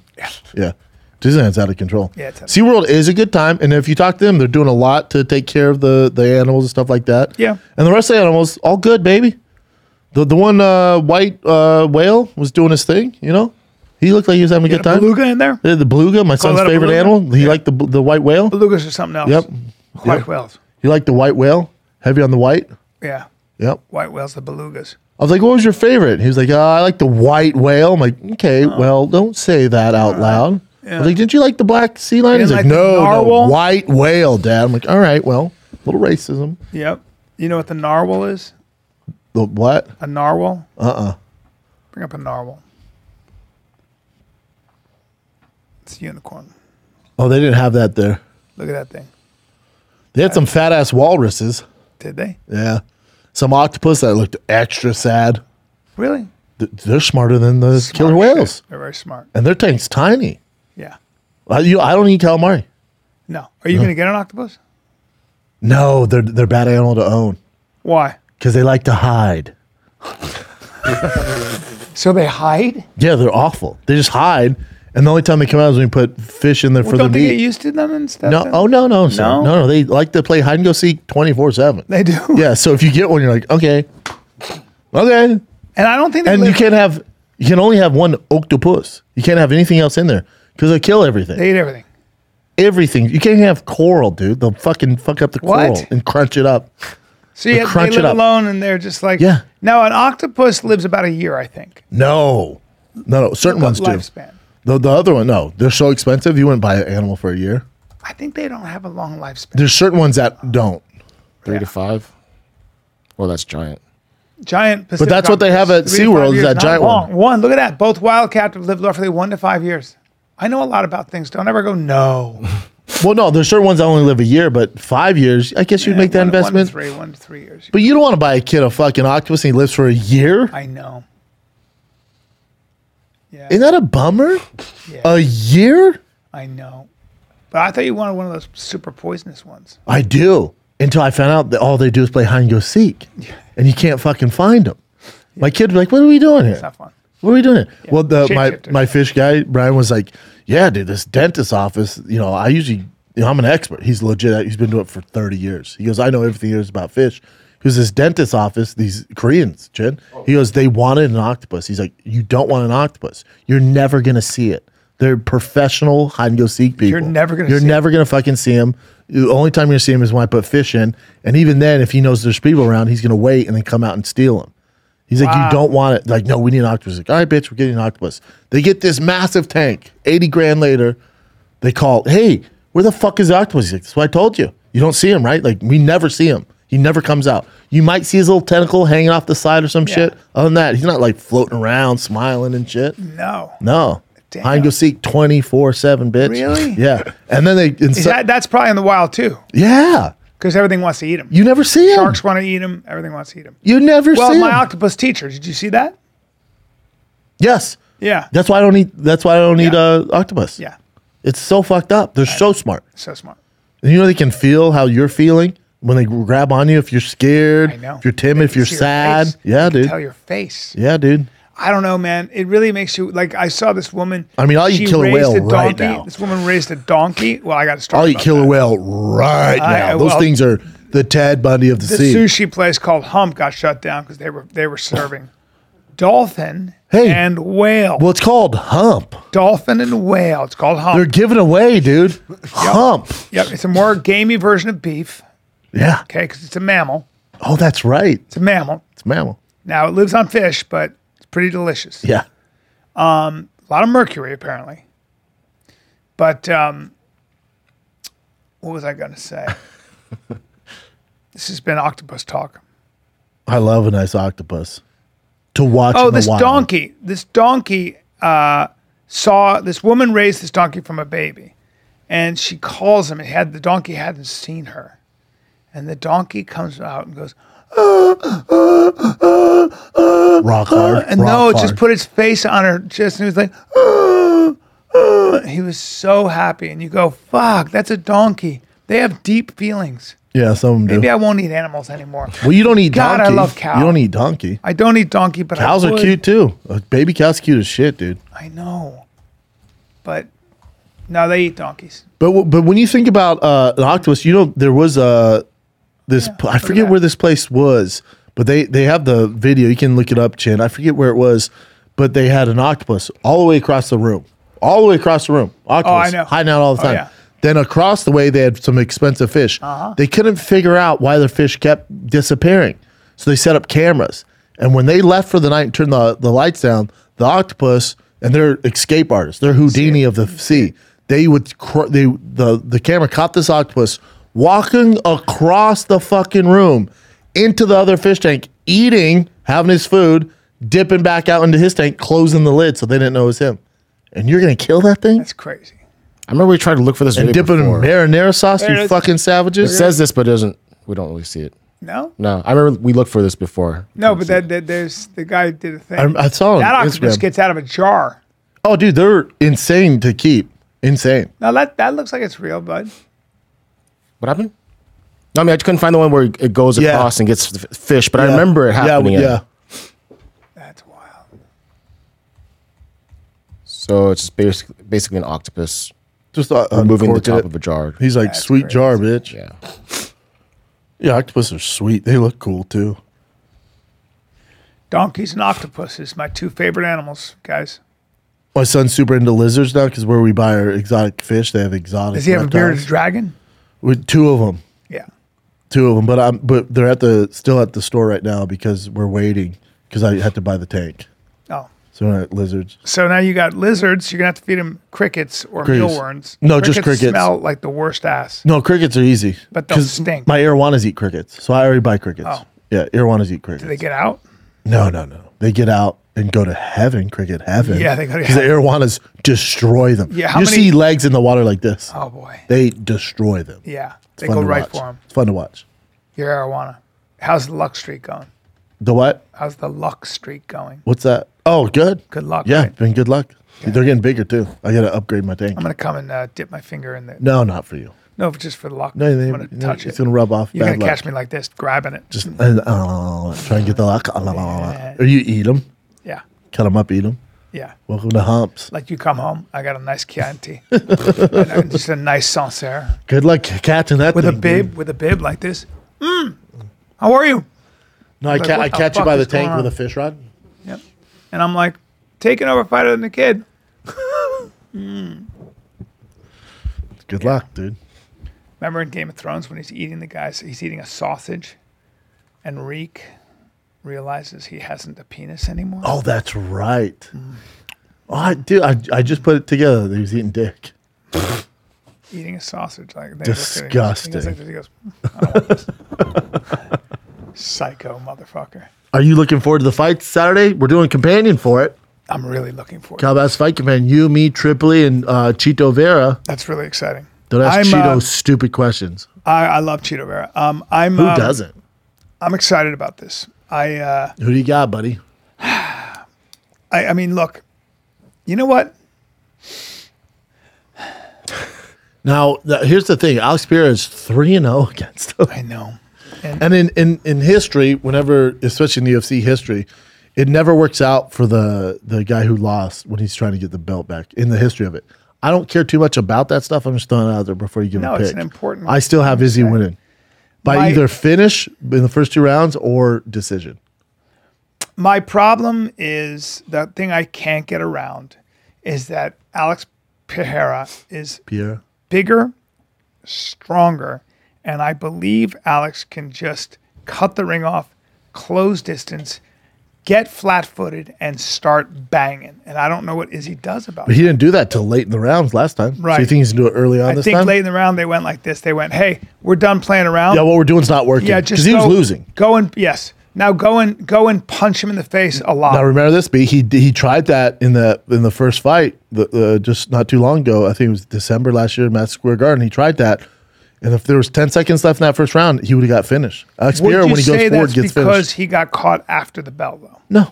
A: Yeah. Disneyland's out of control.
C: Yeah, it's out of
A: SeaWorld is a good time. And if you talk to them, they're doing a lot to take care of the, the animals and stuff like that.
C: Yeah.
A: And the rest of the animals, all good, baby. The the one uh, white uh, whale was doing his thing, you know? He looked like he was having a
C: You
A: good
C: got
A: time.
C: a beluga in there?
A: Yeah, the beluga, my son's
C: that a
A: favorite
C: beluga?
A: animal. He liked the bl- the white whale.
C: Belugas or something else?
A: Yep.
C: White
A: Yep.
C: whales.
A: He liked the white whale. Heavy on the white.
C: Yeah.
A: Yep.
C: White whales, the belugas.
A: I was like, "What was your favorite?" He was like, "Uh, "I like the white whale." I'm like, "Okay,
C: Oh.
A: well, don't say that out loud." I was like, "Didn't you like the black sea lion?" He's
C: Uh, didn't
A: like,
C: like the
A: "No, no,
C: narwhal?"
A: white whale, Dad." I'm like, "All right, well, a little racism."
C: Yep. You know what the narwhal is?
A: The what?
C: A narwhal? Uh uh
A: Uh-uh.
C: Bring up a narwhal. It's a unicorn.
A: Oh, they didn't have that there.
C: Look at that thing.
A: They had some fat ass walruses.
C: Did they?
A: Yeah, some octopus that looked extra sad.
C: Really?
A: Th- They're smarter than the killer
C: Smart shit.
A: whales,
C: They're very smart.
A: and their tank's tiny.
C: Yeah.
A: I, you, I don't eat calamari.
C: No. Are you going to
A: Uh-huh.
C: get an octopus?
A: No, they're they're a bad animal to own
C: Why?
A: because they like to hide.
C: So they hide?
A: Yeah, they're awful. They just hide, and the only time they come out is when you put fish in there for the
C: Don't they get
A: meat.
C: used to them and stuff?
A: No,
C: then?
A: oh no, no, sir.
C: No?
A: no, no. They like to play hide and go seek twenty four seven.
C: They do.
A: Yeah, so if you get one, you're like, okay, Okay.
C: And I don't think they
A: And you
C: live-
A: can't have, you can only have one octopus. You can't have anything else in there because they'll kill everything.
C: they eat everything.
A: everything. You can't have coral, dude. They'll fucking fuck up the
C: What?
A: coral and crunch it up.
C: So you
A: They
C: have, they
A: crunch it
C: live
A: up.
C: alone and they're just like
A: Yeah.
C: Now an octopus lives about a year, I think.
A: No. No, no. Certain ones do.
C: lifespan.
A: The, the other one, no. They're so expensive, you wouldn't buy an animal for a year.
C: I think they don't have a long lifespan.
A: There's certain ones that don't.
B: Three to five. Well, that's giant.
C: Giant Pacific
A: that's what they have at
C: octopus, three to
A: SeaWorld
C: five
A: is
C: years,
A: that
C: not
A: giant
C: long.
A: one.
C: One, look at that. Both wild captives lived roughly one to five years. I know a lot about things. Don't ever go, no.
A: Well, no, there's certain ones that only live a year, but five years, I guess you'd make that
C: One- One
A: investment.
C: to three, one to three years.
A: But you don't want to buy a kid a fucking octopus and he lives for a year.
C: I know. Yeah,
A: Isn't that a bummer?
C: yeah
A: A year?
C: I know. But I thought you wanted one of those super poisonous ones.
A: I do. Until I found out that all they do is play hide and go seek, and you can't fucking find them. My kid would be like, "What are we doing here?
C: It's not fun.
A: What are we doing here?" Well, the, my
C: shapeshifter.
A: my fish guy Brian was like, "Yeah, dude, this dentist office. You know, I usually, you know, I'm an expert. He's legit. He's been doing it for 30 years. He goes, I know everything there is about fish." Because this dentist office, these Koreans, Jen,
C: Oh.
A: he goes, they wanted an octopus. He's like, you don't want an octopus. You're never gonna see it. They're professional hide and go seek people.
C: never gonna
A: You're
C: see it.
A: never gonna fucking see him. The only time you're gonna see him is when I put fish in, and even then, if he knows there's people around, he's gonna wait and then come out and steal him. He's like, you don't want it. Like, no, we need an octopus. Like, all right, bitch, we're getting an octopus. They get this massive tank. Eighty grand later, they call. Hey, where the fuck is the octopus? He's like, that's what I told you. You don't see him, right? Like, we never see him. He never comes out. You might see his little tentacle hanging off the side or some shit. Other than that, he's not like floating around, smiling and shit.
C: No.
A: No.
C: Damn.
A: Hide and go seek 24 7, bitch.
C: Really?
A: <laughs> Yeah. And then they, and
C: Is
A: so-
C: that, that's probably in the wild too,
A: yeah.
C: because everything wants to eat them.
A: You never see him.
C: Sharks want to eat them. Everything wants to eat them.
A: You never
C: Well,
A: see
C: my
A: him.
C: octopus teacher. Did you see that?
A: yes.
C: Yeah.
A: That's why I don't eat, that's why I don't eat
C: Yeah.
A: uh, octopus.
C: yeah.
A: It's so fucked up. They're so smart.
C: So smart.
A: And you know they can feel how you're feeling when they grab on you if you're scared,
C: I know.
A: if you're timid,
C: They
A: if
C: can
A: you're
C: see your
A: sad.
C: face.
A: Yeah,
C: They can
A: dude.
C: Tell your face.
A: Yeah, dude.
C: I don't know, man. It really makes you like. I saw this woman.
A: I mean, I'll eat
C: she
A: killer
C: raised
A: whale
C: a
A: right
C: donkey.
A: now.
C: This woman raised a donkey. Well, I got to start.
A: I'll eat
C: about
A: killer
C: that.
A: whale right
C: I-
A: now.
C: I-
A: Those
C: well-
A: things are the Tad Bundy of the,
C: The
A: sea.
C: sushi place called Hump got shut down because they were they were serving dolphin
A: Hey.
C: and whale.
A: Well, it's called hump.
C: dolphin and whale. It's called Hump.
A: They're giving away, dude. Hump.
C: yep, it's a more gamey version of beef.
A: Yeah.
C: Okay, because it's a mammal.
A: Oh, that's right.
C: It's a mammal.
A: It's mammal.
C: Now it lives on fish, but it's pretty delicious.
A: Yeah.
C: a lot of mercury apparently. But um, what was I going to say? this has been octopus talk.
A: I love a nice octopus to watch.
C: Oh,
A: in the
C: this
A: wild.
C: donkey! This donkey uh, saw this woman raised this donkey from a baby, and she calls him. It had the donkey hadn't seen her, and the donkey comes out and goes.
A: Rock hard.
C: Uh, And
A: rock
C: no, it
A: hard.
C: just put its face on her chest, and he was like, "Ah, ah." he was so happy. And you go, fuck, that's a donkey. They have deep feelings.
A: Yeah, some of them
C: Maybe
A: do.
C: I won't eat animals anymore.
A: Well, you don't eat
C: God, I
A: donkey.
C: love cow.
A: You don't eat donkey.
C: I don't eat donkey, but
A: Cows
C: I
A: are
C: would.
A: cute too. A baby cow's cute as shit, dude.
C: I know, but no, they eat donkeys.
A: But w- but when you think about uh, an octopus, you know there was uh, this pl- I forget
C: that.
A: where this place was, but they they have the video. You can look it up, Chin. I forget where it was, but they had an octopus all the way across the room, all the way across the room. Octopus
C: Oh, know.
A: hiding out all the
C: Oh,
A: time.
C: yeah.
A: Then across the way, they had some expensive fish. They couldn't figure out why their fish kept disappearing, so they set up cameras. And when they left for the night and turned the, the lights down, the octopus and they're escape artists, they're Houdini of the sea. They would cr- they the the camera caught this octopus walking across the fucking room into the other fish tank, eating, having his food, dipping back out into his tank, closing the lid so they didn't know it was him. And you're gonna kill that thing?
C: That's crazy.
B: I remember we tried to look for this
A: and
B: video
A: dip it in
B: before.
A: marinara sauce,
C: There it
A: you
C: is.
A: fucking
B: It
A: savages.
B: says this, but it doesn't. We don't really see it.
C: No,
B: No, I remember we looked for this before.
C: no, but that, that there's the guy did a thing.
A: I, I saw it
C: that
A: on
C: octopus
A: Instagram.
C: gets out of a jar.
A: oh, dude, they're insane to keep. Insane.
C: Now that that looks like it's real, bud.
B: What happened? No, I mean I couldn't find the one where it goes
A: Yeah.
B: across and gets f- fish, but I
A: Yeah.
B: remember it happening.
A: Yeah, yeah.
C: That's wild.
B: So it's just basically, basically an octopus
A: Just uh,
B: moving the
A: uncorked
B: top
A: it.
B: of a jar.
A: He's like,
C: That's
A: sweet
C: crazy.
A: jar, bitch.
B: Yeah.
A: Yeah, octopus are sweet. They look cool too.
C: Donkeys and octopuses, my two favorite animals, guys.
A: My son's super into lizards now because where we buy our exotic fish, they have exotic.
C: Does he have a bearded
A: reptiles.
C: dragon?
A: With two of them,
C: Yeah.
A: two of them. But I'm but they're at the still at the store right now because we're waiting because I had to buy the tank.
C: Oh.
A: So we're at lizards.
C: So now you got lizards. You're gonna have to feed them crickets or
A: Crickets.
C: mealworms.
A: No, just crickets.
C: Smell like the worst ass.
A: No, crickets are easy.
C: But they'll
A: 'Cause
C: stink.
A: My iguanas eat crickets, so I already buy crickets.
C: Oh.
A: Yeah, iguanas eat crickets.
C: Do they get out?
A: No, no, no. They get out and go to heaven, cricket heaven.
C: Yeah, they go to
A: because the arowanas destroy them.
C: Yeah, how
A: you
C: many-
A: see legs in the water like this.
C: Oh boy.
A: They destroy them.
C: Yeah. They
A: Fun
C: go
A: to
C: right
A: watch.
C: for him.
A: It's fun to watch.
C: Your arowana. How's the luck streak going?
A: The what?
C: How's the luck streak going?
A: What's that? Oh, good.
C: Good luck.
A: Yeah,
C: right?
A: been good luck. They're getting bigger too. I gotta upgrade my tank.
C: I'm gonna come and uh, dip my finger in the
A: no, not for you.
C: no, just for the luck.
A: No, they,
C: I'm gonna touch
A: it's
C: it.
A: gonna rub off.
C: You're
A: bad
C: gonna
A: luck.
C: catch me like this, grabbing it.
A: Just uh, uh, try and get the luck. Uh, la, la, la, la. Or you eat them,
C: Yeah.
A: cut them up, eat them.
C: Yeah.
A: Welcome to humps.
C: Like you come home, I got a
A: <laughs>
C: nice Chianti, and, uh, just a nice Sancerre
A: Good luck catching that
C: with a
A: thing, dude.
C: bib, with a bib like this. Mm, how are you?
A: No, I,
C: Like,
A: ca-
C: what
A: I
C: the
A: catch you
C: fuck
A: by the
C: is going
A: tank with
C: on?
A: a fish rod.
C: Yep. And I'm like, taking over fighter than the kid.
A: Good luck, dude.
C: Remember in Game of Thrones when he's eating the guys, he's eating a sausage, and Reek realizes he hasn't a penis anymore.
A: Oh, that's right. Oh, I, dude, I, I just put it together. that He was eating dick.
C: Eating a sausage like they look at him. He goes- he goes like this, he goes, "Mm, "I don't want this." <laughs> Psycho motherfucker.
A: Are you looking forward to the fight Saturday? We're doing companion for it.
C: I'm really looking forward. to it.
A: Calabas Fight Companion. You, me, Tripoli, and uh, Chito Vera.
C: That's really exciting.
A: Don't ask
C: I'm,
A: Cheeto
C: uh,
A: stupid questions.
C: I, I love Cheeto Vera. Um, I'm
A: Who
C: um,
A: doesn't?
C: I'm excited about this. I uh,
A: Who do you got, buddy?
C: I, I mean, look, you know what?
A: Now, th- here's the thing. Alex Pereira is 3 and 0 against them.
C: I know.
A: And in, in, in history, whenever, especially in the UFC history, it never works out for the, the guy who lost when he's trying to get the belt back in the history of it. I don't care too much about that stuff. I'm just throwing it out there before you give
C: No,
A: a pick.
C: it's an important-
A: I still have Izzy winning by
C: My-
A: either finish in the first two rounds or decision.
C: My problem is the thing I can't get around is that Alex Pereira is
A: Pierre.
C: bigger, stronger, and I believe Alex can just cut the ring off, close distance, get flat-footed, and start banging. And I don't know what Izzy does about it.
A: He didn't do that till late in the rounds last time. So you
C: Right.
A: think he's going to do it early on
C: I
A: this
C: think
A: time?
C: late in the round they went like this. They went, "Hey, we're done playing around."
A: yeah, what we're doing's not working.
C: Yeah, just
A: he was
C: go-
A: losing.
C: Go and yes. Now go and go and punch him in the face a lot.
A: Now remember this, B. He he tried that in the in the first fight, the, the, uh, just not too long ago. I think it was December last year, Matt Square Garden. He tried that, and if there was ten seconds left in that first round, he would have got finished. Alex
C: Would
A: Pereira,
C: you
A: when he
C: say
A: goes forward,
C: that's
A: gets
C: because
A: finished.
C: he got caught after the bell though?
A: No,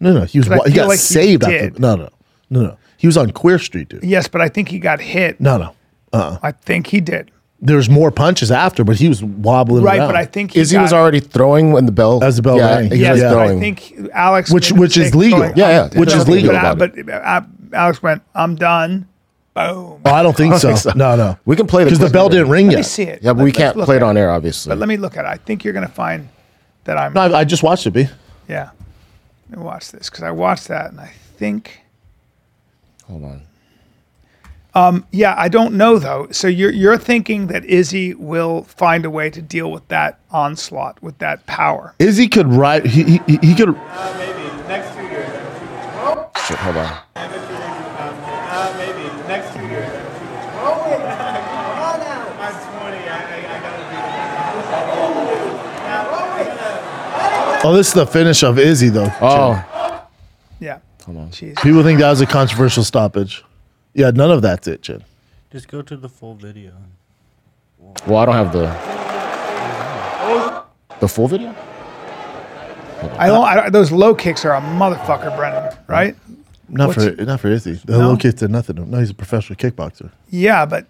A: no, no. He was
C: I
A: wa- he
C: feel
A: got
C: like he
A: saved. after-
C: did.
A: no, no, no, no. He was on Queer Street, dude.
C: Yes, but I think he got hit.
A: No, no.
C: I think he did.
A: There's more punches after, but he was wobbling
C: Right,
A: around.
C: but I think he
B: Izzy
C: got,
B: was already throwing when the bell
A: As the bell
B: yeah,
A: rang.
B: Izzy
A: Yeah,
C: Yes,
B: was
A: yeah.
C: but
B: throwing.
C: I think Alex,
A: Which-
C: made a
A: which is
C: mistake
A: legal.
C: going,
A: Yeah,
B: yeah,
C: "I'm
B: which
C: done."
A: is legal
C: But, I,
B: about
C: but uh, Alex went, "I'm done." Boom.
A: Oh, I don't
C: <laughs>
A: think so.
B: think so.
A: No, no.
B: We can play the
A: because the
B: clip
A: bell
B: later.
A: didn't ring
C: Let me
A: yet.
C: see it.
B: yeah,
C: Let-
B: but we
C: let's
B: can't
C: look
B: play it
C: at
B: on air, obviously.
C: But let me look at it. I think you're going to find that I'm
A: No, I, I just watched it, B.
C: Yeah. Let me watch this because I watched that and I think.
B: Hold on.
C: Yeah, I don't know though. So you're you're thinking that Izzy will find a way to deal with that onslaught, with that power.
A: Izzy could ride. He he, he- he could.
D: Maybe next two years.
B: Shit, hold on.
D: Uh, maybe next two years. I'm 20. I, I, I gotta be.
A: Oh, this is the finish of Izzy though.
B: Oh,
C: Yeah. Come
B: on.
C: Jeez.
A: People think that was a controversial stoppage. Yeah, none of that's it, Jen.
E: Just go to the full video.
B: well, I don't have the the full video.
C: I don't, I don't- Those low kicks are a motherfucker, Brendan. Right?
A: Not
C: What's-
A: for not for Izzy. The
C: No?
A: little kid did nothing. to him. No, he's a professional kickboxer.
C: Yeah, but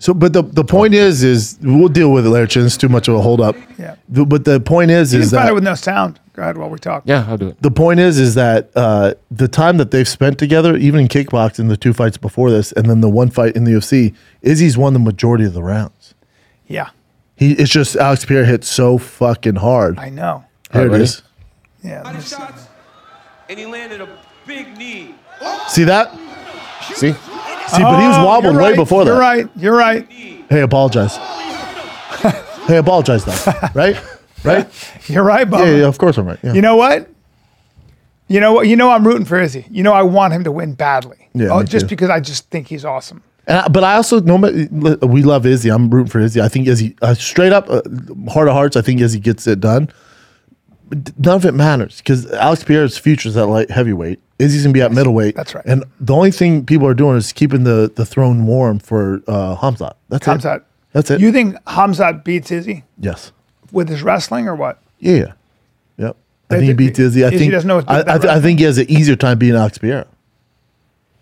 A: So, but the, the point is, is we'll deal with it later, Jen. It's too much of a holdup.
C: Yeah.
A: The- but the point is,
C: you
A: is
C: can find
A: that
C: it with no sound. Go ahead while we talk.
B: Yeah, I'll do it.
A: the point is, is that uh, the time that they've spent together, even in kickboxing, the two fights before this, and then the one fight in the UFC, Izzy's won the majority of the rounds.
C: Yeah,
A: He it's just Alex Pierre hit so fucking hard.
C: I know.
A: Here it
B: Alright,
A: is.
C: Yeah.
F: body
C: that's-
F: shots, and he landed a big knee.
A: See that?
B: See?
A: See, but he was
C: Oh,
A: wobbling
C: you're
A: way
C: right,
A: before that.
C: You're right. You're right.
A: Hey, apologize. <laughs> hey, apologize though. Right?
C: <laughs>
A: Right?
C: You're right, Bubba.
A: Yeah, yeah, of course I'm right. Yeah.
C: Um, You know what? You know what? You know I'm rooting for Izzy. You know I want him to win badly.
A: Yeah,
C: Oh,
A: me
C: just
A: too.
C: because I just think he's awesome.
A: And I, but I also know we love Izzy. I'm rooting for Izzy. I think Izzy, uh, straight up, uh, heart of hearts, I think Izzy gets it done. But none of it matters because Alex Pierre's future is at light heavyweight. Izzy's gonna be at middleweight.
C: That's right.
A: And the only thing people are doing is keeping the the throne warm for uh, Hamzat. That's
C: Hamzat.
A: it. That's it.
C: You think Hamzat beats Izzy
A: yes.
C: with his wrestling or what?
A: Yeah. yeah. Yep. I
C: They-
A: think he
C: they-
A: beats Izzy. I
C: Izzy
A: think
C: doesn't know what to do
A: I,
C: with that
A: I, th- I
C: wrestling.
A: think he has an easier time beating Alex Pierre.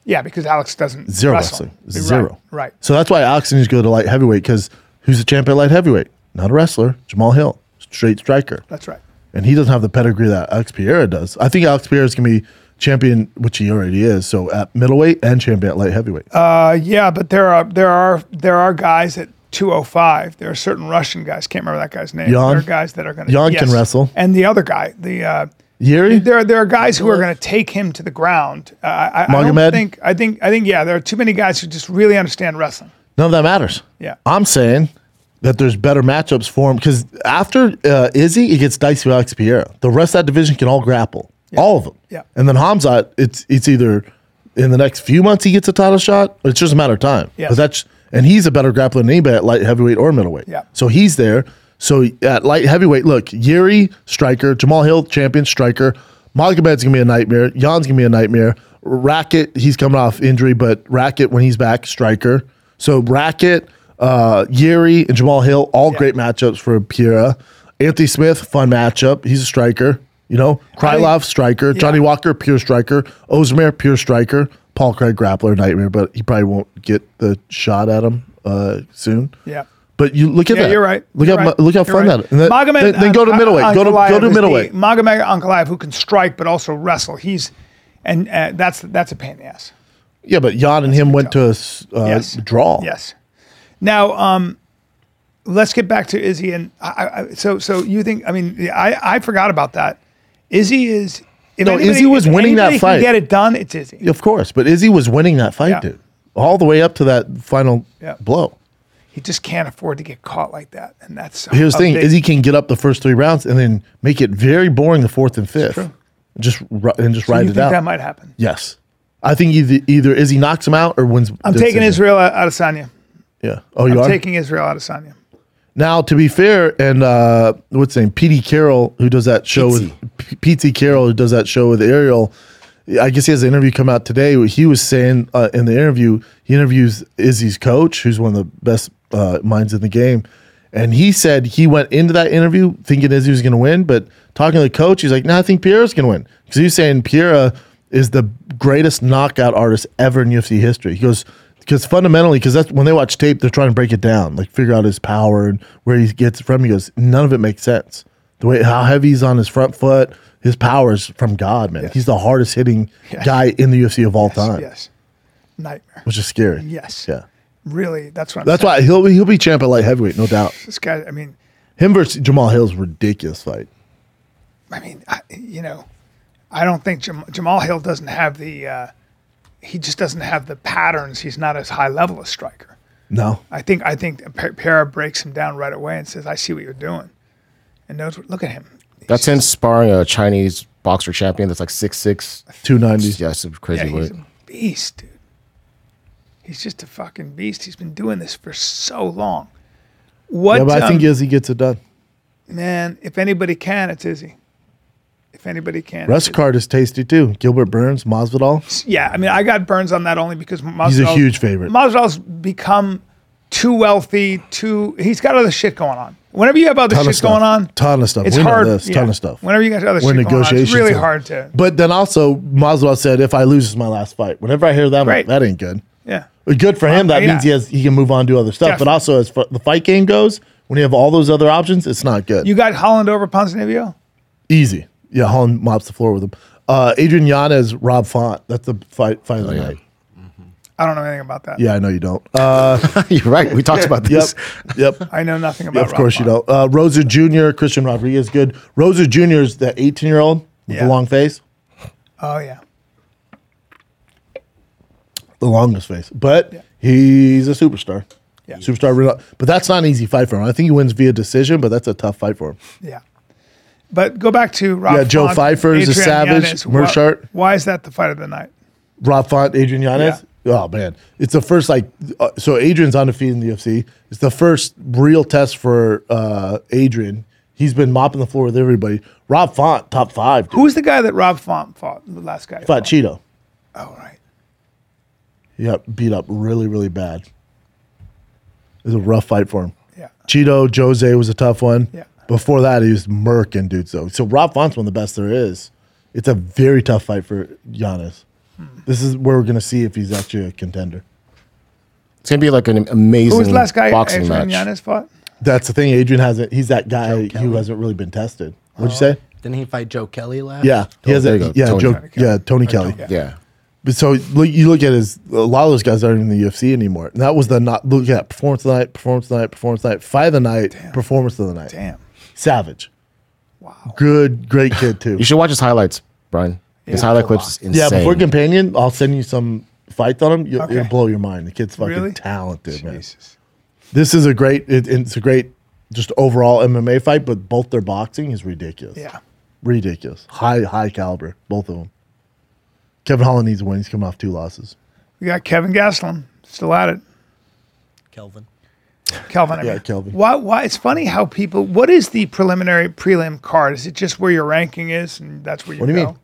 C: Yeah, because Alex doesn't
A: Zero
C: wrestle.
A: wrestling.
C: Right,
A: Zero.
C: Right.
A: So that's why Alex needs to go to light heavyweight because who's the champ at light heavyweight? Not a wrestler. Jamal Hill, straight striker.
C: That's right.
A: And he doesn't have the pedigree that Alex Pereira does. I think Alex Pereira is going to be champion, which he already is. So at middleweight and champion at light heavyweight.
C: Uh, yeah, but there are there are there are guys at 205. There are certain Russian guys. Can't remember that guy's name.
A: Jan?
C: there are guys that are going to
A: Jan can wrestle.
C: And the other guy, the uh,
A: Yuri?
C: there there are guys who are going to take him to the ground. Uh, I, I don't
A: Magomed?
C: think I think I think yeah. There are too many guys who just really understand wrestling.
A: None of that matters.
C: Yeah.
A: I'm saying that there's better matchups for him because after uh, Izzy, it gets dicey with Alex Pereira. The rest of that division can all grapple, all of them.
C: Yeah.
A: And then Hamzat, it's it's either in the next few months he gets a title shot, or it's just a matter of time.
C: Yeah.
A: 'Cause that's and he's a better grappler than anybody at light heavyweight or middleweight.
C: Yeah.
A: So he's there. So at light heavyweight, look, Yuri striker, Jamal Hill champion striker, Magomed's gonna be a nightmare. Jan's gonna be a nightmare. Racket, he's coming off injury, but Racket when he's back, striker. So Racket, uh, Yuri, and Jamal Hill, all great matchups for Pira. Anthony Smith, fun matchup. He's a striker. You know, Krylov, striker. Johnny Walker, pure striker. Ozmer, pure striker. Paul Craig, grappler, nightmare, but he probably won't get the shot at him uh, soon.
C: Yeah.
A: But you look at
C: Yeah,
A: that.
C: you're right.
A: Look
C: You're
A: how mu-
C: right.
A: look how
C: You're
A: fun
C: right.
A: that. And then,
C: Magomed
A: then, then go to
C: An-
A: middleweight. Go to go
C: Ankalaev
A: to
C: is the-
A: middleweight.
C: Magomed Ankalaev, who can strike but also wrestle. He's and uh, that's that's a pain in the ass.
A: yeah, but Jan and him went to a s- uh,
C: Yes.
A: draw.
C: Yes. Now, um, let's get back to Izzy and I, I. So, so you think? I mean, yeah, I I forgot about that. Izzy is. If
A: No, Izzy was
C: if
A: winning that
C: anybody can
A: fight.
C: Get it done. It's Izzy.
A: of course. But Izzy was winning that fight,
C: Yeah.
A: dude, all the way up to that final
C: Yeah.
A: blow.
C: He just can't afford to get caught like that, and that's
A: Here's
C: a
A: the thing:
C: big-
A: Izzy can get up the first three rounds and then make it very boring the fourth and fifth. Just ru- and just
C: You
A: ride
C: think
A: it out.
C: that might happen?
A: yes, I think either, either Izzy knocks him out or wins.
C: I'm taking Israel out out of Sonya.
A: Yeah. Oh, you
C: I'm
A: are
C: taking Israel out of Sonya.
A: Now, to be fair, and uh, what's his name? Petey Carroll, who does that show with P- Petey Carroll, who does that show with Ariel. I guess he has an interview come out today. where He was saying uh, in the interview, he interviews Izzy's coach, who's one of the best uh, minds in the game. And he said he went into that interview thinking Izzy was going to win, but talking to the coach, he's like, no, I think Pierre's going to win. Because he was saying Pierre is the greatest knockout artist ever in UFC history. He goes, because fundamentally, because that's when they watch tape, they're trying to break it down, like figure out his power and where he gets it from. He goes, none of it makes sense. The way how heavy he's on his front foot, his power is from God, man. He's the hardest hitting guy in the UFC of all time,
C: Yes. Nightmare.
A: which is scary.
C: Yes.
A: yeah.
C: Really, that's what. I'm
A: That's
C: saying.
A: why he'll be- he'll be champ at light heavyweight, no doubt.
C: this guy. I mean,
A: Him versus Jamal Hill's ridiculous fight.
C: I mean, I, you know, I don't think Jam- Jamal Hill doesn't have the. Uh, he just doesn't have the patterns. He's not as high level a striker.
A: No,
C: I think I think Pe- Pereira breaks him down right away and says, "I see what you're doing," and knows. What, look at him.
B: That's him sparring a Chinese boxer champion that's like six six.
A: two ninety.
B: Yeah, it's
C: Yeah,
B: crazy.
C: he's
B: weight.
C: a beast, dude. He's just a fucking beast. He's been doing this for so long. What?
A: Yeah, but I
C: um,
A: think Izzy gets it done.
C: man, if anybody can, it's Izzy. If anybody can, it's
A: Rest card is tasty too. Gilbert Burns, Masvidal.
C: Yeah, I mean, I got Burns on that only because Masvidal,
A: He's a huge favorite.
C: Masvidal's become too wealthy. Too he's got other shit going on. Whenever you have other
A: Ton of
C: shit
A: stuff.
C: going on,
A: Ton of stuff.
C: It's
A: We know
C: hard.
A: this. Ton of stuff.
C: Whenever you got other
A: We're
C: shit going on, it's
A: negotiations
C: really
A: with-
C: hard to.
A: But then also, Maslow said, "If I lose, it's my last fight." Whenever I hear that, I'm like,
C: Great.
A: that ain't good.
C: Yeah,
A: Good for him. That
C: yeah.
A: means he has he can move on to other stuff. But
C: Definitely.
A: also, as f- the fight game goes, when you have all those other options, it's not good.
C: you got Holland over Ponzinibbio.
A: Easy. Yeah, Holland mops the floor with him. Uh, Adrian Yanez, Rob Font. That's the fight fight of the night.
C: I don't know anything about that.
A: Yeah, I know you don't. Uh,
B: <laughs> You're right. We talked about
A: yep,
B: this.
A: <laughs> yep.
C: I know nothing about.
A: Yeah, of course you
C: Rothbard.
A: don't. Uh, Rosa Jr., Christian Rodriguez, good. Rosa Jr. is that 18 year old with
C: Yeah.
A: the long face,
C: Oh yeah.
A: the longest face, but he's a superstar.
C: Yeah.
A: Superstar, real- but that's not an easy fight for him. I think he wins via decision, but that's a tough fight for him.
C: Yeah. But go back to Rob.
A: Yeah, Joe
C: Font,
A: Pfeiffer is a
C: Adrian
A: savage,
C: Yanez. Why-
A: Mershart.
C: Why, is that the fight of the night?
A: Rob Font, Adrian Yanez. Oh man, it's the first like uh, so. Adrian's undefeated in the UFC. It's the first real test for uh, Adrian. He's been mopping the floor with everybody. Rob Font, top five. Dude.
C: Who's the guy that Rob Font fought? The last guy. he
A: fought Cheeto?
C: Oh right.
A: He got beat up really, really bad. It was a rough fight for him.
C: Yeah.
A: Cheeto Jose was a tough one.
C: Yeah.
A: Before that, he was murking dudes though. So Rob Font's one of the best there is. It's a very tough fight for Giannis. This is where we're gonna see if he's actually a contender.
B: It's gonna be like an amazing
C: Who was the last guy
B: boxing
C: Adrian
B: match.
C: Yanez fought?
A: That's the thing. Adrian hasn't. He's that guy
G: Joe
A: who
G: Kelly. Oh.
A: hasn't really been tested. What'd you say?
G: Didn't he fight Joe Kelly last?
A: Yeah, he
B: Oh, there you go.
A: hasn't. Yeah,
B: Tony.
A: Joe.
B: Tony
A: yeah, Tony Kelly.
B: Yeah.
A: But so look, you look at his a lot of those guys aren't in the UFC anymore. And that was the not look at performance of the night, performance of the night, performance of the night, fight of the night, performance of the night.
C: Damn.
A: Savage. Wow. Good, great kid too.
B: You should watch his highlights, Brian. His highlight clips is
A: yeah,
B: insane.
A: before companion, I'll send you some fights on him. You,
C: Okay.
A: It'll blow your mind. The kid's fucking
C: Really?
A: talented, man.
C: Jesus.
A: This is a great. It, it's a great, just overall MMA fight. But both their boxing is ridiculous.
C: Yeah.
A: ridiculous. High, high caliber. Both of them. Kevin Holland needs a win. He's coming off two losses.
C: We got Kevin Gastelum still at it.
G: Kelvin.
C: Kelvin. I
A: Yeah,
C: mean.
A: Kelvin.
C: Why? Why? It's funny how people. What is the preliminary prelim card? Is it just where your ranking is, and that's where you
A: What do you
C: go?
A: mean?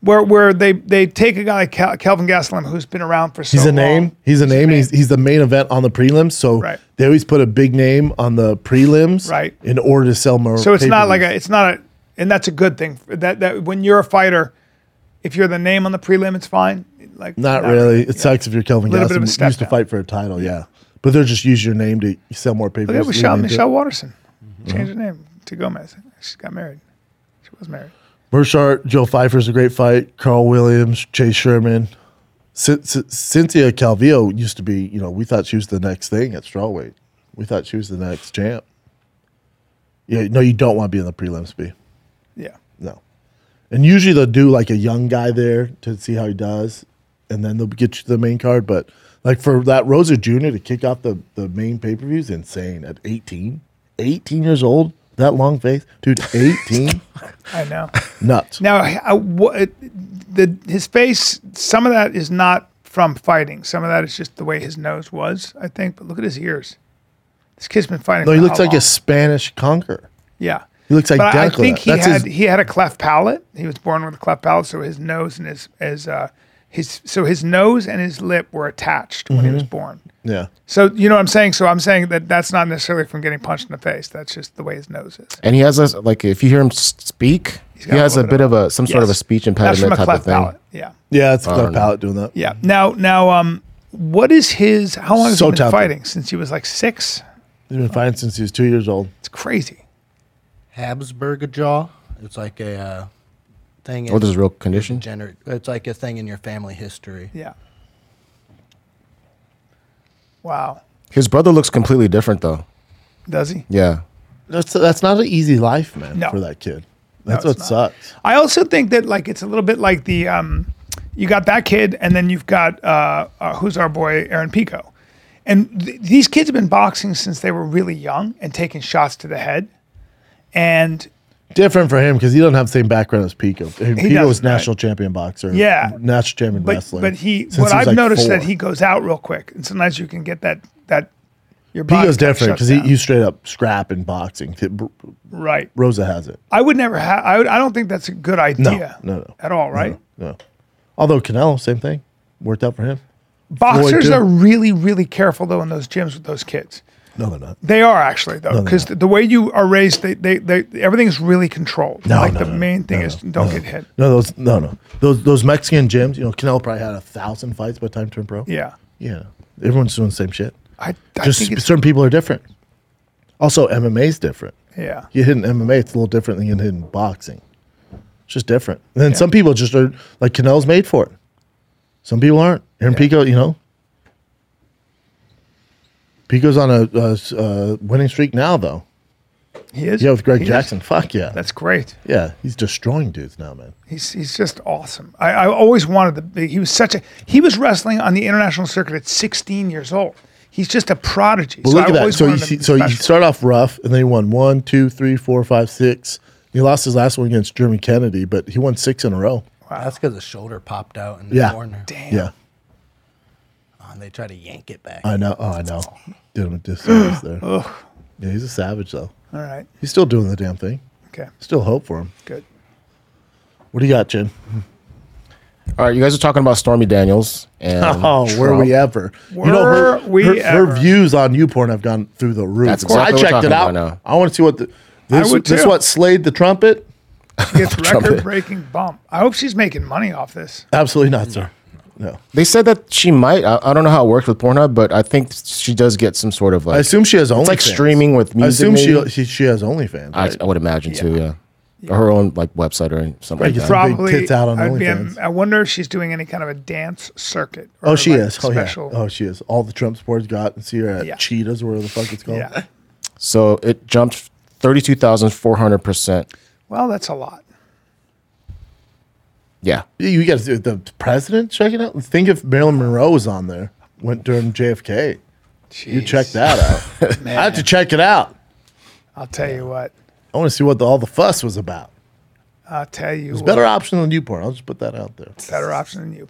C: Where where they they take a guy like Cal, Kelvin Gastelum who's been around for so
A: He's a
C: long.
A: name. He's a name.
C: name.
A: He's, he's the main event on the prelims. So
C: Right.
A: they always put a big name on the prelims,
C: Right.
A: In order to sell more.
C: So it's not
A: pay-per-views.
C: like a. It's not a. And that's a good thing. That that when you're a fighter, if you're the name on the prelim, it's fine. Like
A: Not really. It sucks if you're Kelvin
C: Little bit of a
A: Gastelum.
C: step
A: used to
C: down.
A: fight for a title, yeah. But they'll just use your name to sell more papers.
C: Look at Michelle Michelle Watterson.
A: Mm-hmm.
C: Changed her name to Gomez. She got married. She was married.
A: Burchard, Joe Pfeiffer's a great fight. Carl Williams, Chase Sherman. C- Cynthia Calvillo used to be, you know, we thought she was the next thing at strawweight. We thought she was the next champ. Yeah, no, you don't want to be in the prelims, B.
C: Yeah.
A: No. And usually they'll do like a young guy there to see how he does, and then they'll get you the main card. But like for that Rosa Jr. to kick off the, the main pay per view is insane at 18. 18 years old, that long face. Dude, 18? <laughs>
C: I know.
A: Nuts.
C: Now, I, what, the his face, some of that is not from fighting. Some of that is just the way his nose was, I think. But look at his ears. This kid's been fighting.
A: no, he
C: for
A: looks
C: how
A: like
C: long?
A: a Spanish conqueror.
C: yeah.
A: he looks like
C: But I- I
A: Dracula.
C: think he
A: That's
C: had
A: his-
C: he had a cleft palate. He was born with a cleft palate, so his nose and his his uh, his so his nose and his lip were attached when
A: Mm-hmm.
C: he was born.
A: Yeah.
C: So you know what I'm saying. So I'm saying that that's not necessarily from getting punched in the face. That's just the way his nose is.
B: And he has a like if you hear him s- speak, he
C: got a
B: has a
C: little
B: bit of a some sort of a
C: Yes.
B: speech
C: That's from
B: impediment
C: a
B: type of
C: cleft
B: thing.
C: palate. Yeah.
A: Yeah, it's Cleft
B: don't know.
A: Palate doing that.
C: Yeah. Now, now, um, what is his? How long has
A: So
C: he been
A: talented.
C: fighting? Since he was like six.
A: He's been fighting since he was two years old.
C: It's crazy.
G: Habsburger jaw. It's like a uh, thing.
A: Oh,
B: What Oh,
G: in-
B: is his real condition?
G: Degenerate. It's like a thing in your family history.
C: Yeah. Wow.
B: His brother looks completely different though.
C: Does he?
B: Yeah.
A: That's that's not an easy life, man,
C: No.
A: for that kid. That's
C: it's
A: what sucks.
C: I also think that like it's a little bit like the um, you got that kid, and then you've got uh, uh, who's our boy Aaron Pico, and th- these kids have been boxing since they were really young and taking shots to the head, and
A: Different for him because he doesn't have the same background as Pico. Pico was
C: doesn't, right.
A: national champion boxer.
C: Yeah.
A: National champion
C: but
A: wrestler.
C: but he
A: since
C: what
A: was,
C: I've
A: like,
C: noticed that
A: four.
C: he goes out real quick, and sometimes you can get that that your body
A: Pico's
C: kinda
A: different
C: shuts
A: because he,
C: down.
A: he straight up scrap in boxing. Th- Br-
C: right.
A: Rosa has it.
C: I would never have. I, would, I don't think that's a good idea.
A: no, no.
C: At all, right?
A: No. Although Canelo, same thing. Worked out for him.
C: Boxers
A: too.
C: are really really careful though in those gyms with those kids.
A: No, they're not.
C: They are actually though, because the, the way you are raised, they, they, they everything's really controlled.
A: No,
C: like
A: no,
C: the
A: no,
C: main thing
A: no,
C: is
A: no,
C: don't
A: no.
C: get hit.
A: No, those no no. Those those Mexican gyms, you know, Canelo probably had a thousand fights by the time he turned pro.
C: Yeah,
A: Yeah. Everyone's doing the same shit.
C: I, I
A: Just
C: think it's,
A: certain people are different. Also, MMA's different.
C: yeah.
A: You hit in MMA, it's a little different than you hit in boxing. It's just different. And then some people just are like Canelo's made for it. Some people aren't. Aaron Pico, you know, Pico's on a, uh s- uh winning streak now, though.
C: He is.
A: Yeah, with Greg
C: he is.
A: Jackson. Fuck
C: <laughs>
A: yeah.
C: That's great.
A: yeah, he's destroying dudes now, man.
C: He's he's just awesome. I, I always wanted to. be- He was such a. He was wrestling on the international circuit at 16 years old. He's just a prodigy.
A: But look
C: I
A: at that.
C: always
A: So you
C: wanted him to
A: see,
C: be
A: so you
C: special.
A: start off rough, and then he won one, two, three, four, five, six. He lost his last one against Jeremy Kennedy, but he won six in a row.
G: That's because his shoulder popped out in the
A: Yeah.
G: corner.
C: Damn.
A: Yeah,
G: Oh, and they try to yank it back.
A: I know. Oh, I know. Did him a disservice <sighs> there. Yeah, he's a savage though.
C: All right.
A: He's still doing the damn thing. <laughs>
C: Okay.
A: Still hope for him.
C: Good.
A: What do you got, Jim?
B: All right, you guys are talking about Stormy Daniels and
A: <laughs> Oh, were
B: Trump.
A: we ever?
C: Were we
A: her,
C: ever.
A: Her views on YouPorn have gone through the roof.
B: That's exactly
A: I
B: what we're
A: checked
B: talking
A: it
B: about
A: out.
B: now.
A: I want to see what the this,
C: would
A: this
C: too.
A: what Slade the trumpet?
C: She gets record-breaking bump. I hope she's making money off this.
A: Absolutely not, sir. No,
B: They said that she might. I, I don't know how it works with Pornhub, but I think she does get some sort of like.
A: I assume she has only.
B: it's like streaming with music.
A: I assume
B: maybe?
A: she, she she has OnlyFans.
B: I,
A: Right?
B: I would imagine too. Yeah. Or her own like website or something.
A: Right,
B: Like
A: you
B: that.
A: throw- big
C: Probably.
A: tits out on
C: I'd be-
A: OnlyFans.
C: I wonder if she's doing any kind of a dance circuit. Or
A: Oh, she
C: like
A: is. Oh,
C: Special.
A: yeah. Oh, she is. All the Trump supporters got and see her at
C: Yeah.
A: Cheetahs, or whatever the fuck it's called.
C: yeah.
B: so it jumped thirty-two thousand four hundred percent.
C: Well, that's a lot.
B: Yeah.
A: Yeah, You guys, the president checking out. Think if Marilyn Monroe was on there, went during JFK. You check that
C: <laughs>
A: out. I have to check it out.
C: I'll tell you what.
A: I want to see what the, all the fuss was about.
C: I'll tell you.
A: It's
C: what.
A: better option than Newport. I'll just put that out there.
C: Better option than you.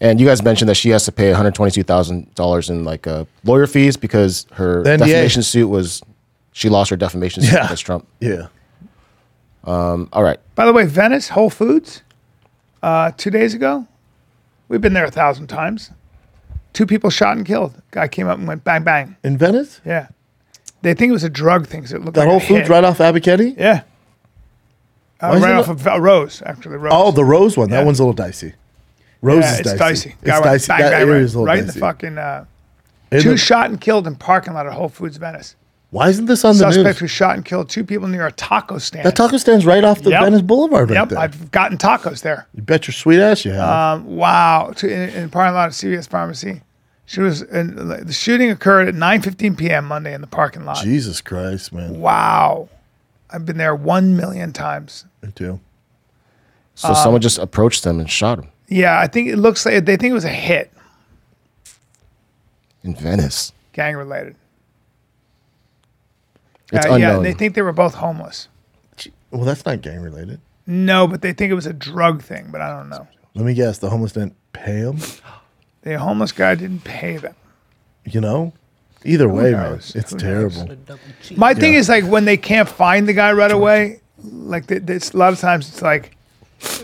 B: And you guys mentioned that she has to pay one hundred twenty-two thousand dollars in like uh, lawyer fees because her
A: The NDA.
B: defamation suit was. She lost her defamation suit
A: Yeah.
B: against Trump.
A: Yeah.
B: All right.
C: By the way, Venice Whole Foods, uh, two days ago, we've been there a thousand times. Two people shot and killed. Guy came up and went bang bang.
A: In Venice?
C: Yeah, they think it was a drug thing. 'cause it looked
A: That
C: like
A: Whole
C: a
A: Foods
C: hit.
A: right off Abaketti?
C: Yeah, uh,
A: is
C: right
A: it
C: off
A: not-
C: of uh, Rose actually. Rose.
A: Oh, the Rose one.
C: Yeah.
A: That one's a little dicey. Rose
C: yeah,
A: is
C: it's
A: dicey.
C: dicey. Guy
A: It's
C: went
A: dicey.
C: bang
A: that
C: bang
A: area
C: right,
A: is a little
C: right in the
A: dicey.
C: fucking. Uh,
A: And
C: two
A: the-
C: shot and killed in parking lot at Whole Foods Venice.
A: why isn't this on the
C: Suspect
A: news?
C: was shot and killed two people near a taco stand.
A: That taco stand's right off the
C: Yep.
A: Venice Boulevard right
C: Yep,
A: there.
C: I've gotten tacos there.
A: you bet your sweet ass you have.
C: Um, wow, to, in, in parking lot of CVS Pharmacy. She was in, the shooting occurred at 9:15 p.m. Monday in the parking lot.
A: Jesus Christ, man.
C: Wow, I've been there one million times.
A: Me too.
B: So
A: Um,
B: someone just approached them and shot him
C: Yeah, I think it looks like they think it was a hit,
B: in Venice.
C: gang related.
B: It's
C: Uh, yeah,
B: unknown.
C: they think they were both homeless.
A: Well, that's not gang related.
C: No, but they think it was a drug thing. But I don't know.
A: Let me guess. The homeless didn't pay him.
C: The homeless guy didn't pay them.
A: You know. Either way, man,
C: knows?
A: it's
C: Who knows?
A: terrible.
C: My thing is like when they can't find the guy right away, like th- it's, a lot of times it's like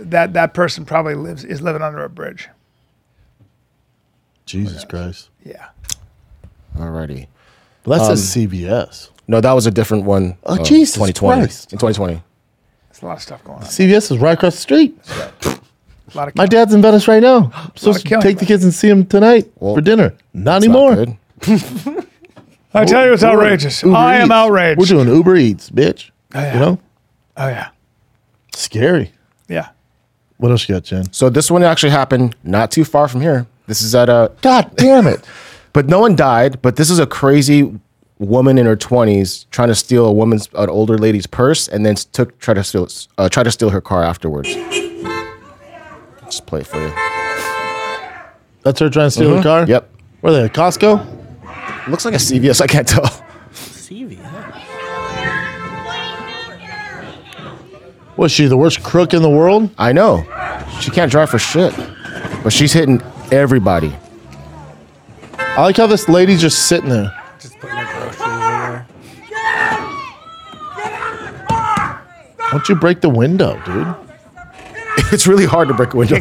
C: that that person probably lives is living under a bridge.
A: Jesus Christ. Um,
C: Yeah.
B: Alrighty.
A: Well, that says CBS.
B: No, that was a different one.
A: Oh, Jesus
B: 2020.
A: Christ.
B: In 2020.
C: There's a lot of stuff going on.
A: CBS is right across the street.
C: A lot of
A: My dad's in Venice right now. I'm supposed to
C: killing,
A: take the
C: man.
A: kids and see him tonight
B: Well,
A: for dinner. Not
B: It's not
A: anymore.
B: good.
C: I tell you, it's
A: We're doing
C: outrageous.
A: Uber
C: I am
A: Eats.
C: outraged.
A: We're doing Uber Eats, bitch.
C: yeah.
A: You know,
C: oh yeah,
A: scary.
C: yeah.
A: What else you got, Jen?
B: So this one actually happened not too far from here. This is at a.
A: God damn it!
B: But no one died. But this is a crazy woman in her 20s trying to steal a woman's an older lady's purse and then took try to steal uh, try to steal her car afterwards. Just play it for you. Hmm?
A: That's her trying to steal the car.
B: Mm-hmm. Yep.
A: Where they? at, Costco.
B: Looks like a CVS. I can't tell.
E: CV.
A: Was she the worst crook in the world?
B: I know. She can't drive for shit. But she's hitting everybody. <laughs>
A: I like how this lady's just sitting there.
E: Just putting their groceries in there.
A: Why don't you break the window, dude?
B: It's really hard to break a window.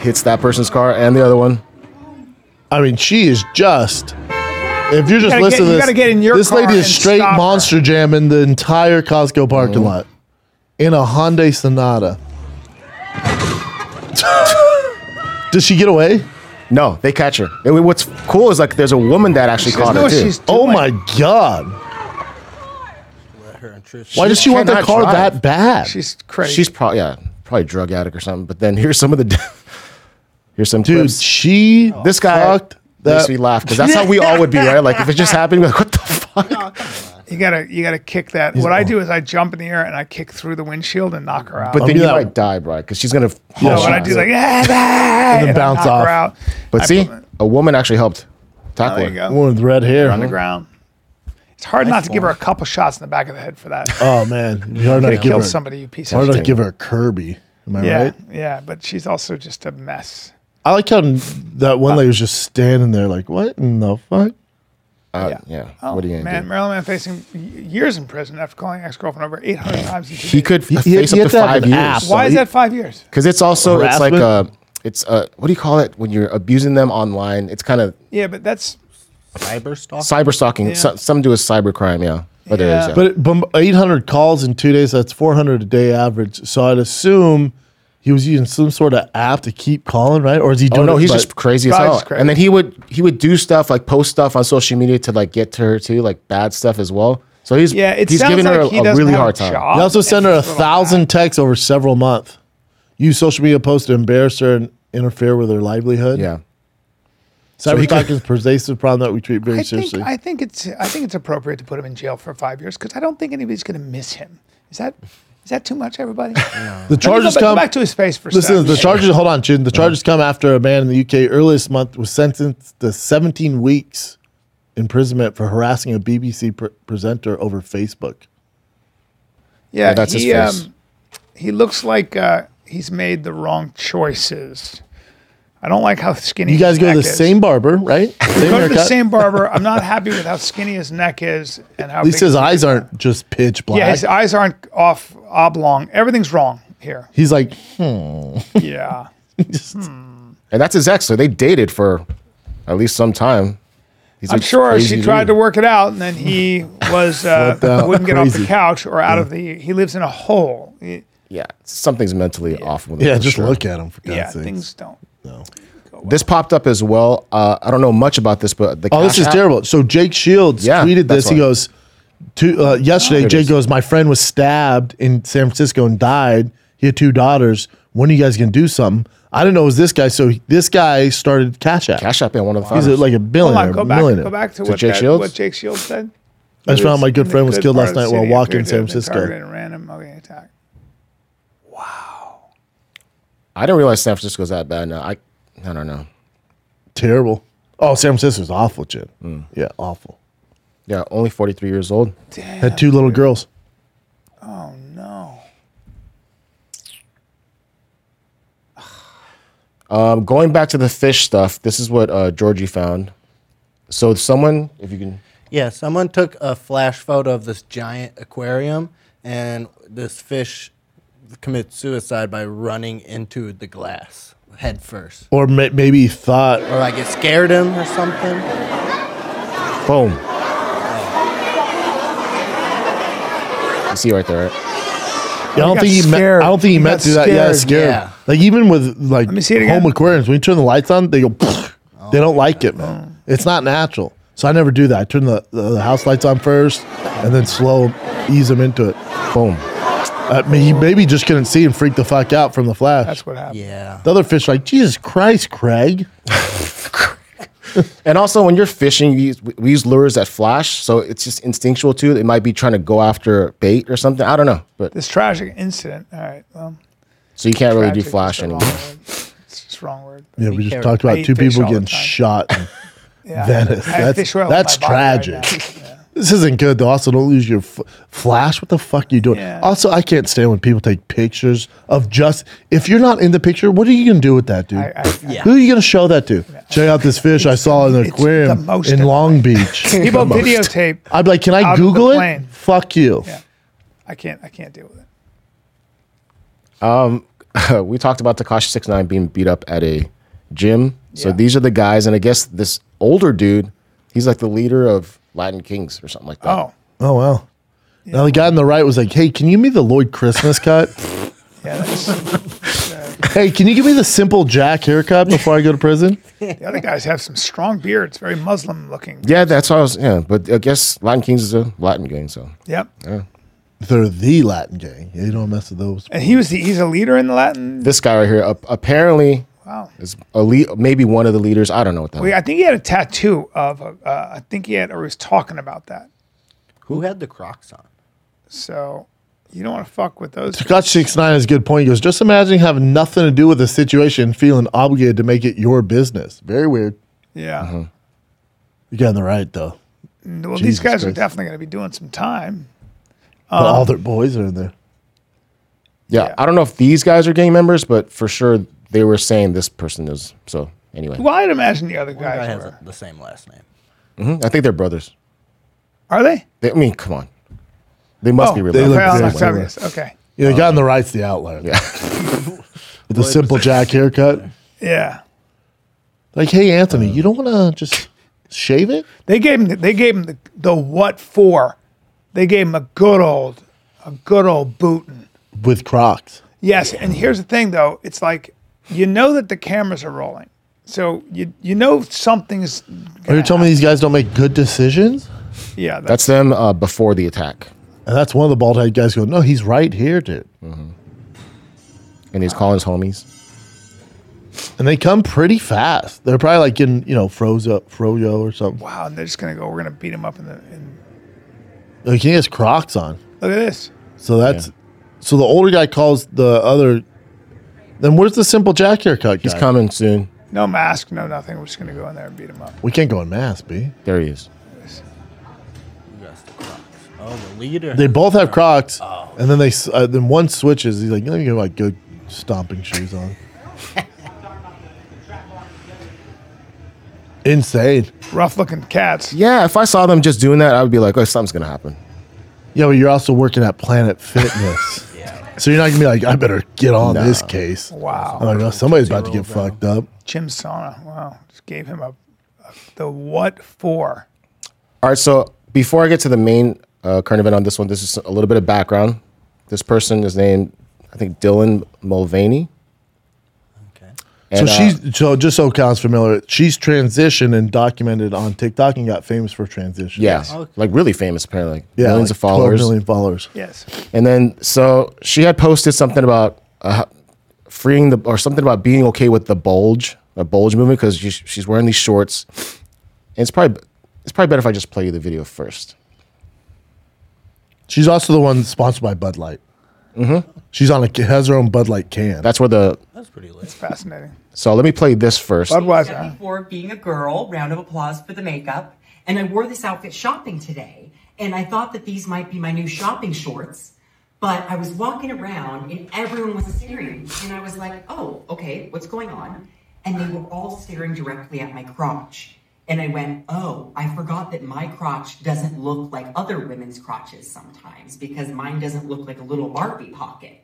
B: Hits that person's car and the other one.
A: I mean, she is just. If you're just
C: gotta get-
A: listening
C: you
A: to
C: gotta
A: this,
C: get in your
A: this
C: car
A: lady
C: and
A: is straight
C: stop her.
A: monster jamming the entire Costco parking lot in a Hyundai Sonata. <laughs> Does she get away?
B: No, they catch her. And what's cool is like there's a woman that actually caught
C: No,
B: her too.
C: she's doing.
A: Oh my god!
E: Let her intrude.
A: Why does she want that
B: cannot
A: car
B: drive.
A: that bad?
C: She's crazy.
B: She's probably yeah, probably a drug addict or something. But then here's some of the <laughs> Here's some
A: dude.
B: clips.
A: She
B: This guy
A: fucked
B: makes
A: that.
B: me laugh because that's how we all would be, right? Like if it just happened, we're like, what
A: <laughs>
B: the fuck?
C: You gotta you gotta kick that. What I do is I jump in the air and I kick through the windshield and knock her out.
B: But
A: I'll
B: then
A: be
B: you
A: that-
B: might die, right? Because she's gonna.
C: you
B: oh,
C: know,
B: she
C: and I
B: does
C: do
B: it.
C: like ah, bah, and,
A: bounce
C: I knock
A: off.
C: Her out.
B: But
C: I
B: see,
C: put-
B: a woman actually helped tackle
C: there
B: her.
C: you go.
A: Woman with red hair.
C: on the
A: huh?
C: ground. It's hard not to give her a couple shots in the back of the head for that.
A: Oh man, you hard not to give
C: Kill
A: her.
C: somebody, you piece
A: Hard
C: of
A: not to
C: shit.
A: give her a Kirby. Am I
C: Yeah,
A: right?
C: yeah, but she's also just a mess.
A: I like how that one lady was just standing there, like, what in the fuck?
B: Uh, yeah. what are you gonna
C: Oh, man,
B: do?
C: Marilyn Manson facing y- years in prison after calling ex girlfriend over 800 times. In two
B: He
C: days.
B: could
A: He-
B: f-
A: he-
B: face
A: he
B: up
A: had
B: to
A: to have
B: five
A: an
B: years.
A: app.
C: Why is
A: he-
C: that five years?
B: Because it's also it's like
A: Harassment?
B: a it's a what do you call it when you're abusing them online? It's kind of
C: Yeah, but that's
G: Cyber stalking.
B: cyber stalking. So, some do a cyber crime, yeah. But there is,
C: Yeah.
B: yeah.
A: But, but 800 calls in two days, that's 400 a day average. So I'd assume he was using some sort of app to keep calling, right? Or is he
B: Oh
A: doing
B: no,
A: it,
B: he's
A: but-
B: just crazy as
C: Probably
B: hell.
C: just crazy.
B: And then he would he would do stuff like post stuff on social media to like get to her too, like bad stuff as well. So he's
C: yeah. It
B: he's
C: sounds
B: giving
C: like
B: her a,
C: he
B: a
C: doesn't
B: really
C: have
B: hard
C: a
B: time.
C: job
A: He also
C: and
A: sent her a
C: he's little
A: thousand texts over several months. Use social media posts to embarrass her and interfere with her livelihood.
B: Yeah,
A: Cyber stalking is a pervasive problem that we treat very
C: I think,
A: seriously.
C: I think it's I think it's appropriate to put him in jail for five years because I don't think anybody's going to miss him. Is that is that too much, everybody?
A: the
C: Let me go
A: charges
C: back- go
A: come.
C: back to his face for a
A: Listen,
C: sec.
A: the charges. Hold on, Chin. The charges come after a man in the UK earlier this month was sentenced to 17 weeks imprisonment for harassing a BBC pr- presenter over Facebook.
C: Yeah,
B: Yeah, that's his
C: he,
B: face.
C: Um, he looks like uh, he's made the wrong choices. I don't like how skinny.
A: You guys
C: his
A: go to the
C: neck is.
A: same barber,
C: <laughs>
A: right? Same
C: Go to the
A: haircut.
C: same barber. I'm not happy with how skinny his neck is and how.
A: At least
C: big-
A: his eyes aren't just pitch black.
C: Yeah, his eyes aren't off oblong. Everything's wrong
A: <laughs>
C: here.
A: he's like, hmm. <laughs>
C: Yeah.
A: just-
B: and that's his ex. So they dated for at least some time. He's
C: I'm
B: a
C: sure
B: crazy
C: she tried
B: dude.
C: to work it out, and
A: <laughs>
C: then he was uh,
A: Flipped out.
C: wouldn't get off the
A: Crazy.
C: couch or out of the. He lives in a hole. Y-
B: Yeah, something's mentally off. With him
A: yeah,
B: for
A: just
B: sure.
A: look at him for God's
C: Yeah,
A: sakes.
C: things don't.
B: This popped up as well. Uh, I don't know much about this, but the
A: Oh, this
B: Cash
A: is
B: App-
A: terrible. So Jake Shields
B: Yeah,
A: tweeted
B: that's
A: this. He
B: why.
A: goes, to, uh, yesterday,
B: it
A: Jake
B: is.
A: goes, my friend was stabbed in San Francisco and died. He had two daughters. When are you guys going to do something? I didn't know it was this guy. So he- this guy started Cash App.
B: Cash App, yeah, one of the
A: He's
B: founders.
A: a, like a
C: Hold
A: billionaire.
C: on, go back.
A: millionaire.
C: Go back to,
B: To
C: what,
B: Jake
C: that-
B: Shields?
C: what Jake Shields said.
A: I just found out my
C: In
A: good
C: a
A: friend was killed last
C: part of the
A: night while
C: city,
A: walking in
C: appeared to
A: San
C: have been
A: Francisco.
C: targeted in a random mugging attack.
B: I didn't realize San Francisco's that bad. Now I, I don't know.
A: Terrible. Oh, San Francisco's awful, Jim.
B: Mm.
A: Yeah, awful.
B: Yeah, only 43 years old.
A: Had two little girls.
C: No.
B: Um, going back to the fish stuff, this is what uh, Georgie found. So someone, if you can,
G: Yeah, someone took a flash photo of this giant aquarium, and this fish commits suicide by running into the glass head first.
A: Or may- maybe he thought
G: Or like it scared him or something.
B: boom. You see right there. Right?
A: Yeah, I don't
C: Oh, got
A: think he meant. I
C: scared.
A: don't think he,
C: He
A: meant
C: got
A: to do that. Yeah,
C: scared.
A: scared.
G: Yeah.
A: Like even with like
C: me see it
A: home
C: again.
A: aquariums, when you turn the lights on, they go. <laughs> they don't like it,
C: Oh.
A: man. It's not natural. So I never do that. I turn the, the, the house lights on first, and then slow ease them into it.
B: Boom.
A: I mean, he maybe just couldn't see and freak the fuck out from the flash.
C: That's what happened.
G: Yeah.
A: the other fish like Jesus Christ, Craig.
B: And also, when you're fishing, you use, we we use lures that flash, so it's just instinctual too. They might be trying to go after bait or something. I don't know, but
C: This tragic incident. All right. Well,
B: so you can't really
C: tragic
B: do
C: is
B: flash
C: the wrong
B: anymore. <laughs>
C: word. It's just wrong word.
A: Yeah, we just
G: care.
A: talked
C: I
A: about
C: eat
A: two
C: fish
A: people
C: all the
A: getting
C: time.
A: shot in <laughs>
C: Yeah.
A: Venice.
C: I have
A: That's
C: fish oil in
A: that's
C: my body right
A: tragic. This isn't good though. Also, don't lose your f- flash. What the fuck are you doing?
C: Yeah.
A: Also, I can't stand when people take pictures of just if you're not in the picture. What are you gonna do with that, dude?
C: I- I- I-
A: Who are you gonna show that to? Check out this fish I saw in the
C: it's
A: aquarium
C: the most
A: in Long Beach.
C: now. <laughs> People videotape.
A: I'd be like, can I
C: Out of the
A: Google it?
C: plane.
A: Fuck you.
C: Yeah. I can't. I can't deal with it.
B: we talked about Takashi Six Nine being beat up at a gym. So
C: Yeah.
B: these are the guys, and I guess this older dude, he's like the leader of Latin Kings or something like that.
C: Oh.
A: Oh well. Now the guy on the right was like, hey, can you give me the Lloyd Christmas
C: <laughs>
A: cut?
C: Yeah. That's, the
A: hey, can you give me the simple Jack haircut before I go to
C: <laughs>
A: prison?
C: other guys have some strong beards. Very Muslim looking.
B: yeah, that's what I was. Yeah, but I guess Latin Kings is a Latin gang, so
C: Yep.
A: They're the Latin gang. Yeah, you don't mess with those.
C: And he was the. He's a leader in the Latin.
B: this guy right here, ap- apparently,
C: Wow.
B: It's a le- maybe one of the leaders. I don't know what that.
C: We- I think he had a tattoo of. a- Uh, I think he had, or he was talking about that.
G: Who had the Crocs on?
C: So you don't want to fuck with those.
A: Scott six nine is a good point. He goes, just imagine having nothing to do with the situation, feeling obligated to make it your business. Very weird.
C: Yeah.
B: Uh-huh.
A: You're getting the right though.
C: Well, these
A: Jesus
C: guys are
A: Christ.
C: definitely going to be doing some time.
A: But all their boys are in there.
B: yeah, I don't know if these guys are gang members, but for sure they were saying this person is. So anyway,
C: Well, I'd imagine the other
G: Guy
C: guys
G: has
C: were.
G: the same last name.
B: Hmm? I think they're brothers.
C: Are they?
B: They, I mean, come on, they
C: Oh.
B: must be
A: They
B: related.
A: look
C: Well,
A: very
C: that's
A: similar.
C: obvious. Okay.
A: Yeah, the guy on the right's the outlier. Yeah. <laughs> with the simple jack haircut.
C: Yeah.
A: Like, hey Anthony, you don't wanna just shave it?
C: They gave him. The, they gave him the, the what for? They gave him a good old, a good old bootin'.
A: With Crocs.
C: Yes, and here's the thing though, it's like you know that the cameras are rolling. So you you know something's
A: Are you telling me these guys don't make good decisions?
C: yeah, that's,
B: That's them uh, before the attack,
A: And that's one of the bald head guys going, No, he's right here, dude.
B: and he's calling his homies.
A: And they come pretty fast. They're probably like getting, you know, Frozo Froyo or something.
C: wow, and they're just gonna go, we're gonna beat him up in the in,
A: Like he has Crocs on.
C: look at this.
A: So that's so the older guy calls the other then where's the simple jack haircut guy?
B: He's coming soon.
C: No mask, no nothing. We're just gonna go in there and beat him up.
A: we can't go in mass, B.
B: There he is.
G: Who has the Crocs? Oh, the leader.
A: They both have Crocs, and then they s- uh, then one switches. He's like, "Let me get my good stomping shoes on." Insane.
C: Rough looking cats.
B: Yeah, if I saw them just doing that, I would be like, oh, something's gonna happen.
A: Yeah, but you're also working at Planet Fitness, so you're not gonna be like, "I better get on this case." I'm
C: Wow.
A: like, oh, somebody's about to get fucked up.
C: Jim Sauna. Wow. Just gave him a, a- the what for.
B: All right, so before I get to the main uh, current event on this one, this is a little bit of background. This person is named, I think, Dylan Mulvaney.
G: Okay.
A: So
B: And, uh,
A: she's so just so Colin's familiar, she's transitioned and documented on TikTok and got famous for transition.
B: yeah, like really famous apparently, like
A: yeah,
B: millions
A: like
B: of followers.
A: 12 million followers.
C: Yes.
B: And then so she had posted something about uh, freeing the or something about being okay with the bulge, a bulge movement because she, she's wearing these shorts. And it's probably it's probably better if I just play you the video first.
A: She's also the one sponsored by Bud Light. She's on a has her own Bud Light can.
B: Mm-hmm. That's where the
G: That's pretty lit.
C: Fascinating.
B: so let me play this first.
C: Budweiser. huh?
H: except for being a girl. Round of applause for the makeup. And I wore this outfit shopping today, and I thought that these might be my new shopping shorts. But I was walking around, and everyone was staring, and I was like, "Oh, okay, what's going on?" And they were all staring directly at my crotch. And I went, oh, I forgot that my crotch doesn't look like other women's crotches sometimes because mine doesn't look like a little Barbie pocket.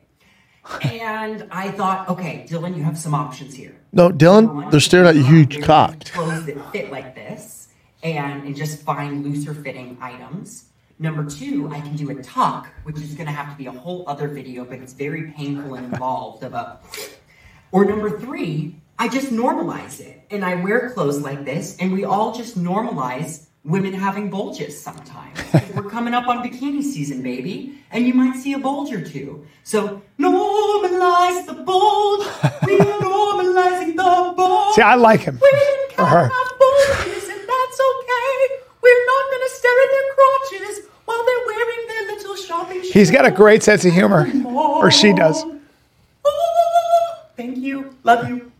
H: and I thought, okay, Dylan, you have some options here.
A: No, Dylan,
H: One,
A: they're staring at your huge
H: wearing
A: cock.
H: Clothes that fit like this, and, and just find looser fitting items. Number two, I can do a tuck, which is going to have to be a whole other video, but it's very painful and involved. Of a, or number three, I just normalize it, and I wear clothes like this, and we all just normalize women having bulges sometimes. We're coming up on bikini season, baby, and you might see a bulge or two. So normalize the bulge. We are normalizing the bulge.
C: See, I like him.
H: We
C: <laughs>
H: didn't
C: Or
H: count
C: her.
H: our bulges, and that's okay. We're not gonna stare at their crotches while they're wearing their little shopping shoes.
C: He's got a great sense of humor. Or she does.
H: Oh, thank you. Love you.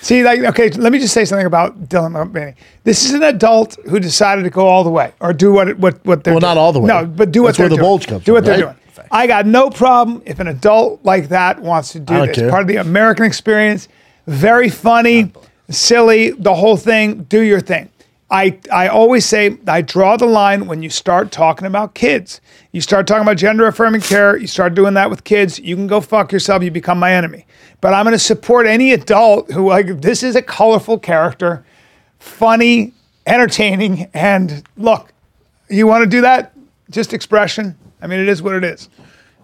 C: See, like, okay, let me just say something about Dylan Mulvaney. This is an adult who decided to go all the way or do what what what they're
A: Well, not
C: doing.
A: all the way.
C: No, but do what
A: That's
C: they're
A: where the
C: doing.
A: bulge comes
C: Do what
A: from,
C: they're
A: right?
C: doing. I got no problem if an adult like that wants to do
A: I don't
C: this.
A: care.
C: Part of the American experience. Very funny, silly, the whole thing. Do your thing. I, I always say I draw the line when you start talking about kids. You start talking about gender affirming care, you start doing that with kids, you can go fuck yourself, you become my enemy. But I'm gonna support any adult who like this is a colorful character, funny, entertaining, and look, you wanna do that? Just expression. I mean it is what it is.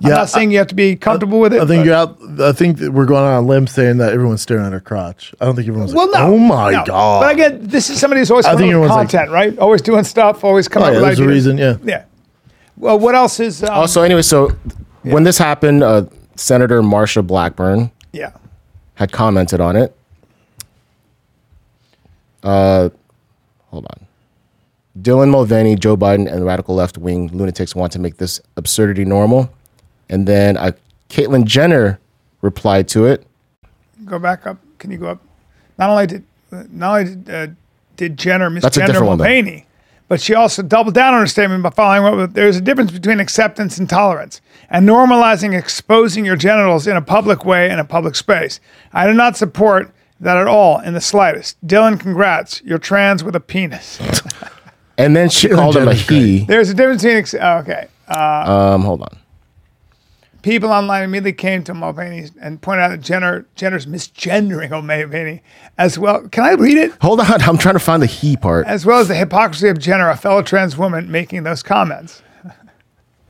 C: I'm
A: Yeah,
C: not saying you have to be comfortable with it.
A: I think
C: but-
A: you're out. I think that we're going on a limb saying that everyone's staring at her crotch. I don't think everyone's.
C: Well,
A: like,
C: no.
A: Oh my
C: no.
A: god!
C: But again, this is somebody who's always
A: I
C: coming
A: think
C: up with
A: everyone's like-
C: content, right? Always doing stuff, always
A: Oh,
C: coming up
A: yeah,
C: with
A: there's a
C: ideas.
A: reason. Yeah.
C: Yeah. Well, what else is? Um,
B: Also, anyway, so when this happened, uh, Senator Marsha Blackburn
C: yeah.
B: had commented on it, Uh, hold on. Dylan Mulvaney, Joe Biden, and the radical left wing lunatics want to make this absurdity normal. And then uh, Caitlyn Jenner replied to it.
C: Go back up. Can you go up? Not only did not only did, uh, did Jenner Miss
B: That's a
C: Jenner
B: different one, though.
C: Mulvaney, but she also doubled down on her statement by following up with there's a difference between acceptance and tolerance, and normalizing exposing your genitals in a public way in a public space. I do not support that at all in the slightest. Dylan, congrats. You're trans with a penis.
B: And then she called him a
A: Jenner's great.
B: he.
C: There's a difference between ex- oh, okay.
B: Um, hold on.
C: People online immediately came to Mulvaney and pointed out that Jenner Jenner's misgendering of Mulvaney as well. Can I read it?
B: Hold on. <laughs> I'm trying to find the he
A: Uh,
B: part.
C: As well as the hypocrisy of Jenner, a fellow trans woman, making those comments.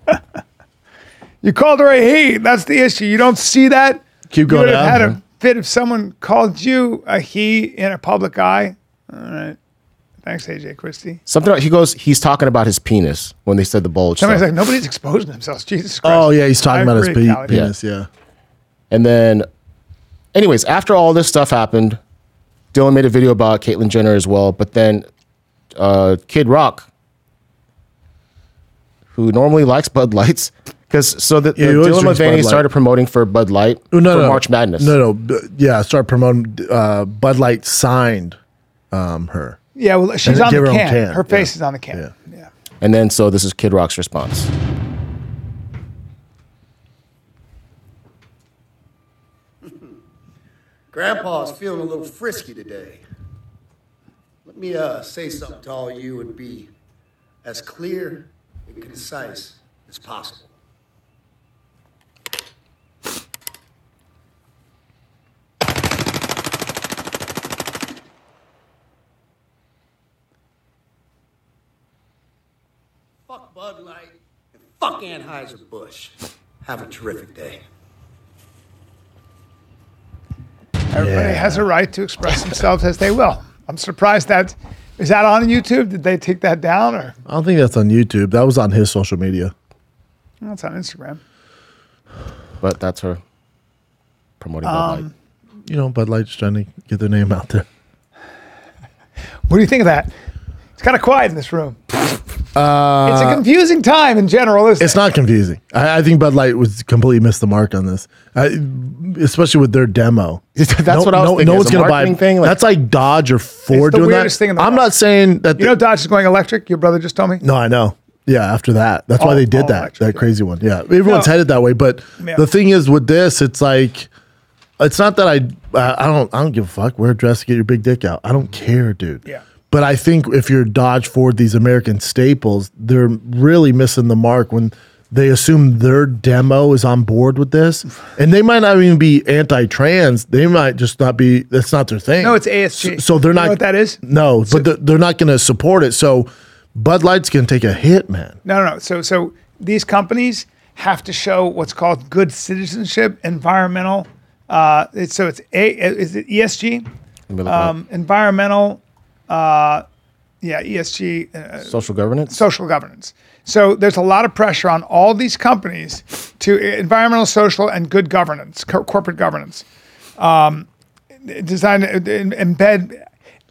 C: <laughs> you called her a he. That's the issue. You don't see that.
A: Keep
C: You
A: going
C: would have
A: down.
C: had a fit if someone called you a he in a public eye. All right. Thanks, AJ Christie.
B: Something like- he goes, he's talking about his penis when they said the bulge.
C: Somebody's
B: stuff.
C: like, nobody's exposing themselves. Jesus Christ.
A: Oh yeah, he's talking
C: I
A: about his
C: agree,
A: pe-
C: Callie.
A: penis. Yeah.
B: And then, anyways, after all this stuff happened, Dylan made a video about Caitlyn Jenner as well. But then, uh, Kid Rock, who normally likes Bud Lights, because so that
A: Yeah, he always
B: Dylan
A: drinks Bud
B: Mulvaney
A: Light.
B: started promoting for Bud Light
A: Oh, no,
B: for
A: no,
B: March Madness.
A: No, no. b- Yeah, start promoting. Uh, Bud Light signed um, her.
C: Yeah, well, she's
A: they
C: on
A: give
C: the
A: her
C: can.
A: own can,
C: Her
A: yeah.
C: face is on the can.
A: Yeah.
C: yeah.
B: And then, so this is Kid Rock's response.
I: Grandpa's feeling a little frisky today. Let me uh, say something to all you and be as clear and concise as possible. Fuck Bud Light and fuck Anheuser-Busch. Have a terrific day.
C: Everybody
A: Yeah.
C: has a right to express themselves as they will. I'm surprised that is that on YouTube? Did they take that down or
A: I don't think that's on YouTube. That was on his social media.
C: no, it's on Instagram?
B: But that's her promoting Bud Light.
A: You know, Bud Light's trying to get their name out there.
C: What do you think of that? It's kind of quiet in this room. it's a confusing time in general, isn't
A: Uh, It's not confusing. I, I think Bud Light was completely missed the mark on this, I, especially with their demo.
B: <laughs> That's what I was thinking. It's a
A: gonna
B: marketing thing, like-
A: that's like Dodge or Ford
C: the
A: doing that.
C: weirdest thing in the
A: I'm
C: world.
A: not saying that.
C: it? You know, Dodge is going electric. Your brother just told me.
A: No, I know. Yeah, after that, that's why
C: All-
A: they
C: all
A: did that.
C: electric,
A: That
C: yeah.
A: crazy one. Yeah, everyone's
C: oh, No.
A: headed that way. But
C: Yeah.
A: the thing is, with this, it's like, it's not that I, I I don't, I don't give a fuck. Wear a dress to get your big dick out. I don't care, dude.
C: Yeah.
A: But I think if you're Dodge Ford, these American staples, they're really missing the mark when they assume their demo is on board with this, and they might not even be anti-trans. They might just not be. That's not their thing.
C: No, it's ASG.
A: So, so they're
C: You know
A: not
C: what that is?
A: No, but they're, they're not going to support it. So Bud Light's going to take a hit, man.
C: No, no, no. So, so these companies have to show what's called good citizenship, environmental. Uh, it's, so it's a is it ESG,
B: Let me look it up.
C: um, environmental. Uh, yeah, ESG. Uh,
B: Social governance.
C: social governance. So there's a lot of pressure on all these companies to e, environmental, social, and good governance, co- corporate governance, um, design em- embed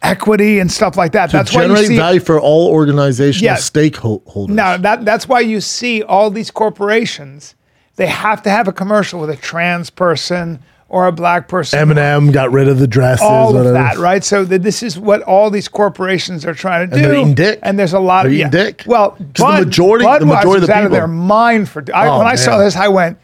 C: equity and stuff like that. That's why you
A: generate
C: see.
A: value for all organizational
C: Yes.
A: stakeholders.
C: No, that that's why you see all these corporations. They have to have a commercial with a trans person or a black person.
A: Eminem got rid of the dresses.
C: all
A: whatever.
C: of that, right? So that this is what all these corporations are trying to do.
A: And they're eating dick.
C: And there's a lot of
A: They're eating
C: yeah.
A: dick.
C: Well,
A: 'Cause the
C: Bud,
A: majority- the
C: Budweiser
A: majority of
C: was
A: the
C: out of their
A: people-
C: mind for. I,
A: Oh,
C: when I saw
A: man.
C: this, I went,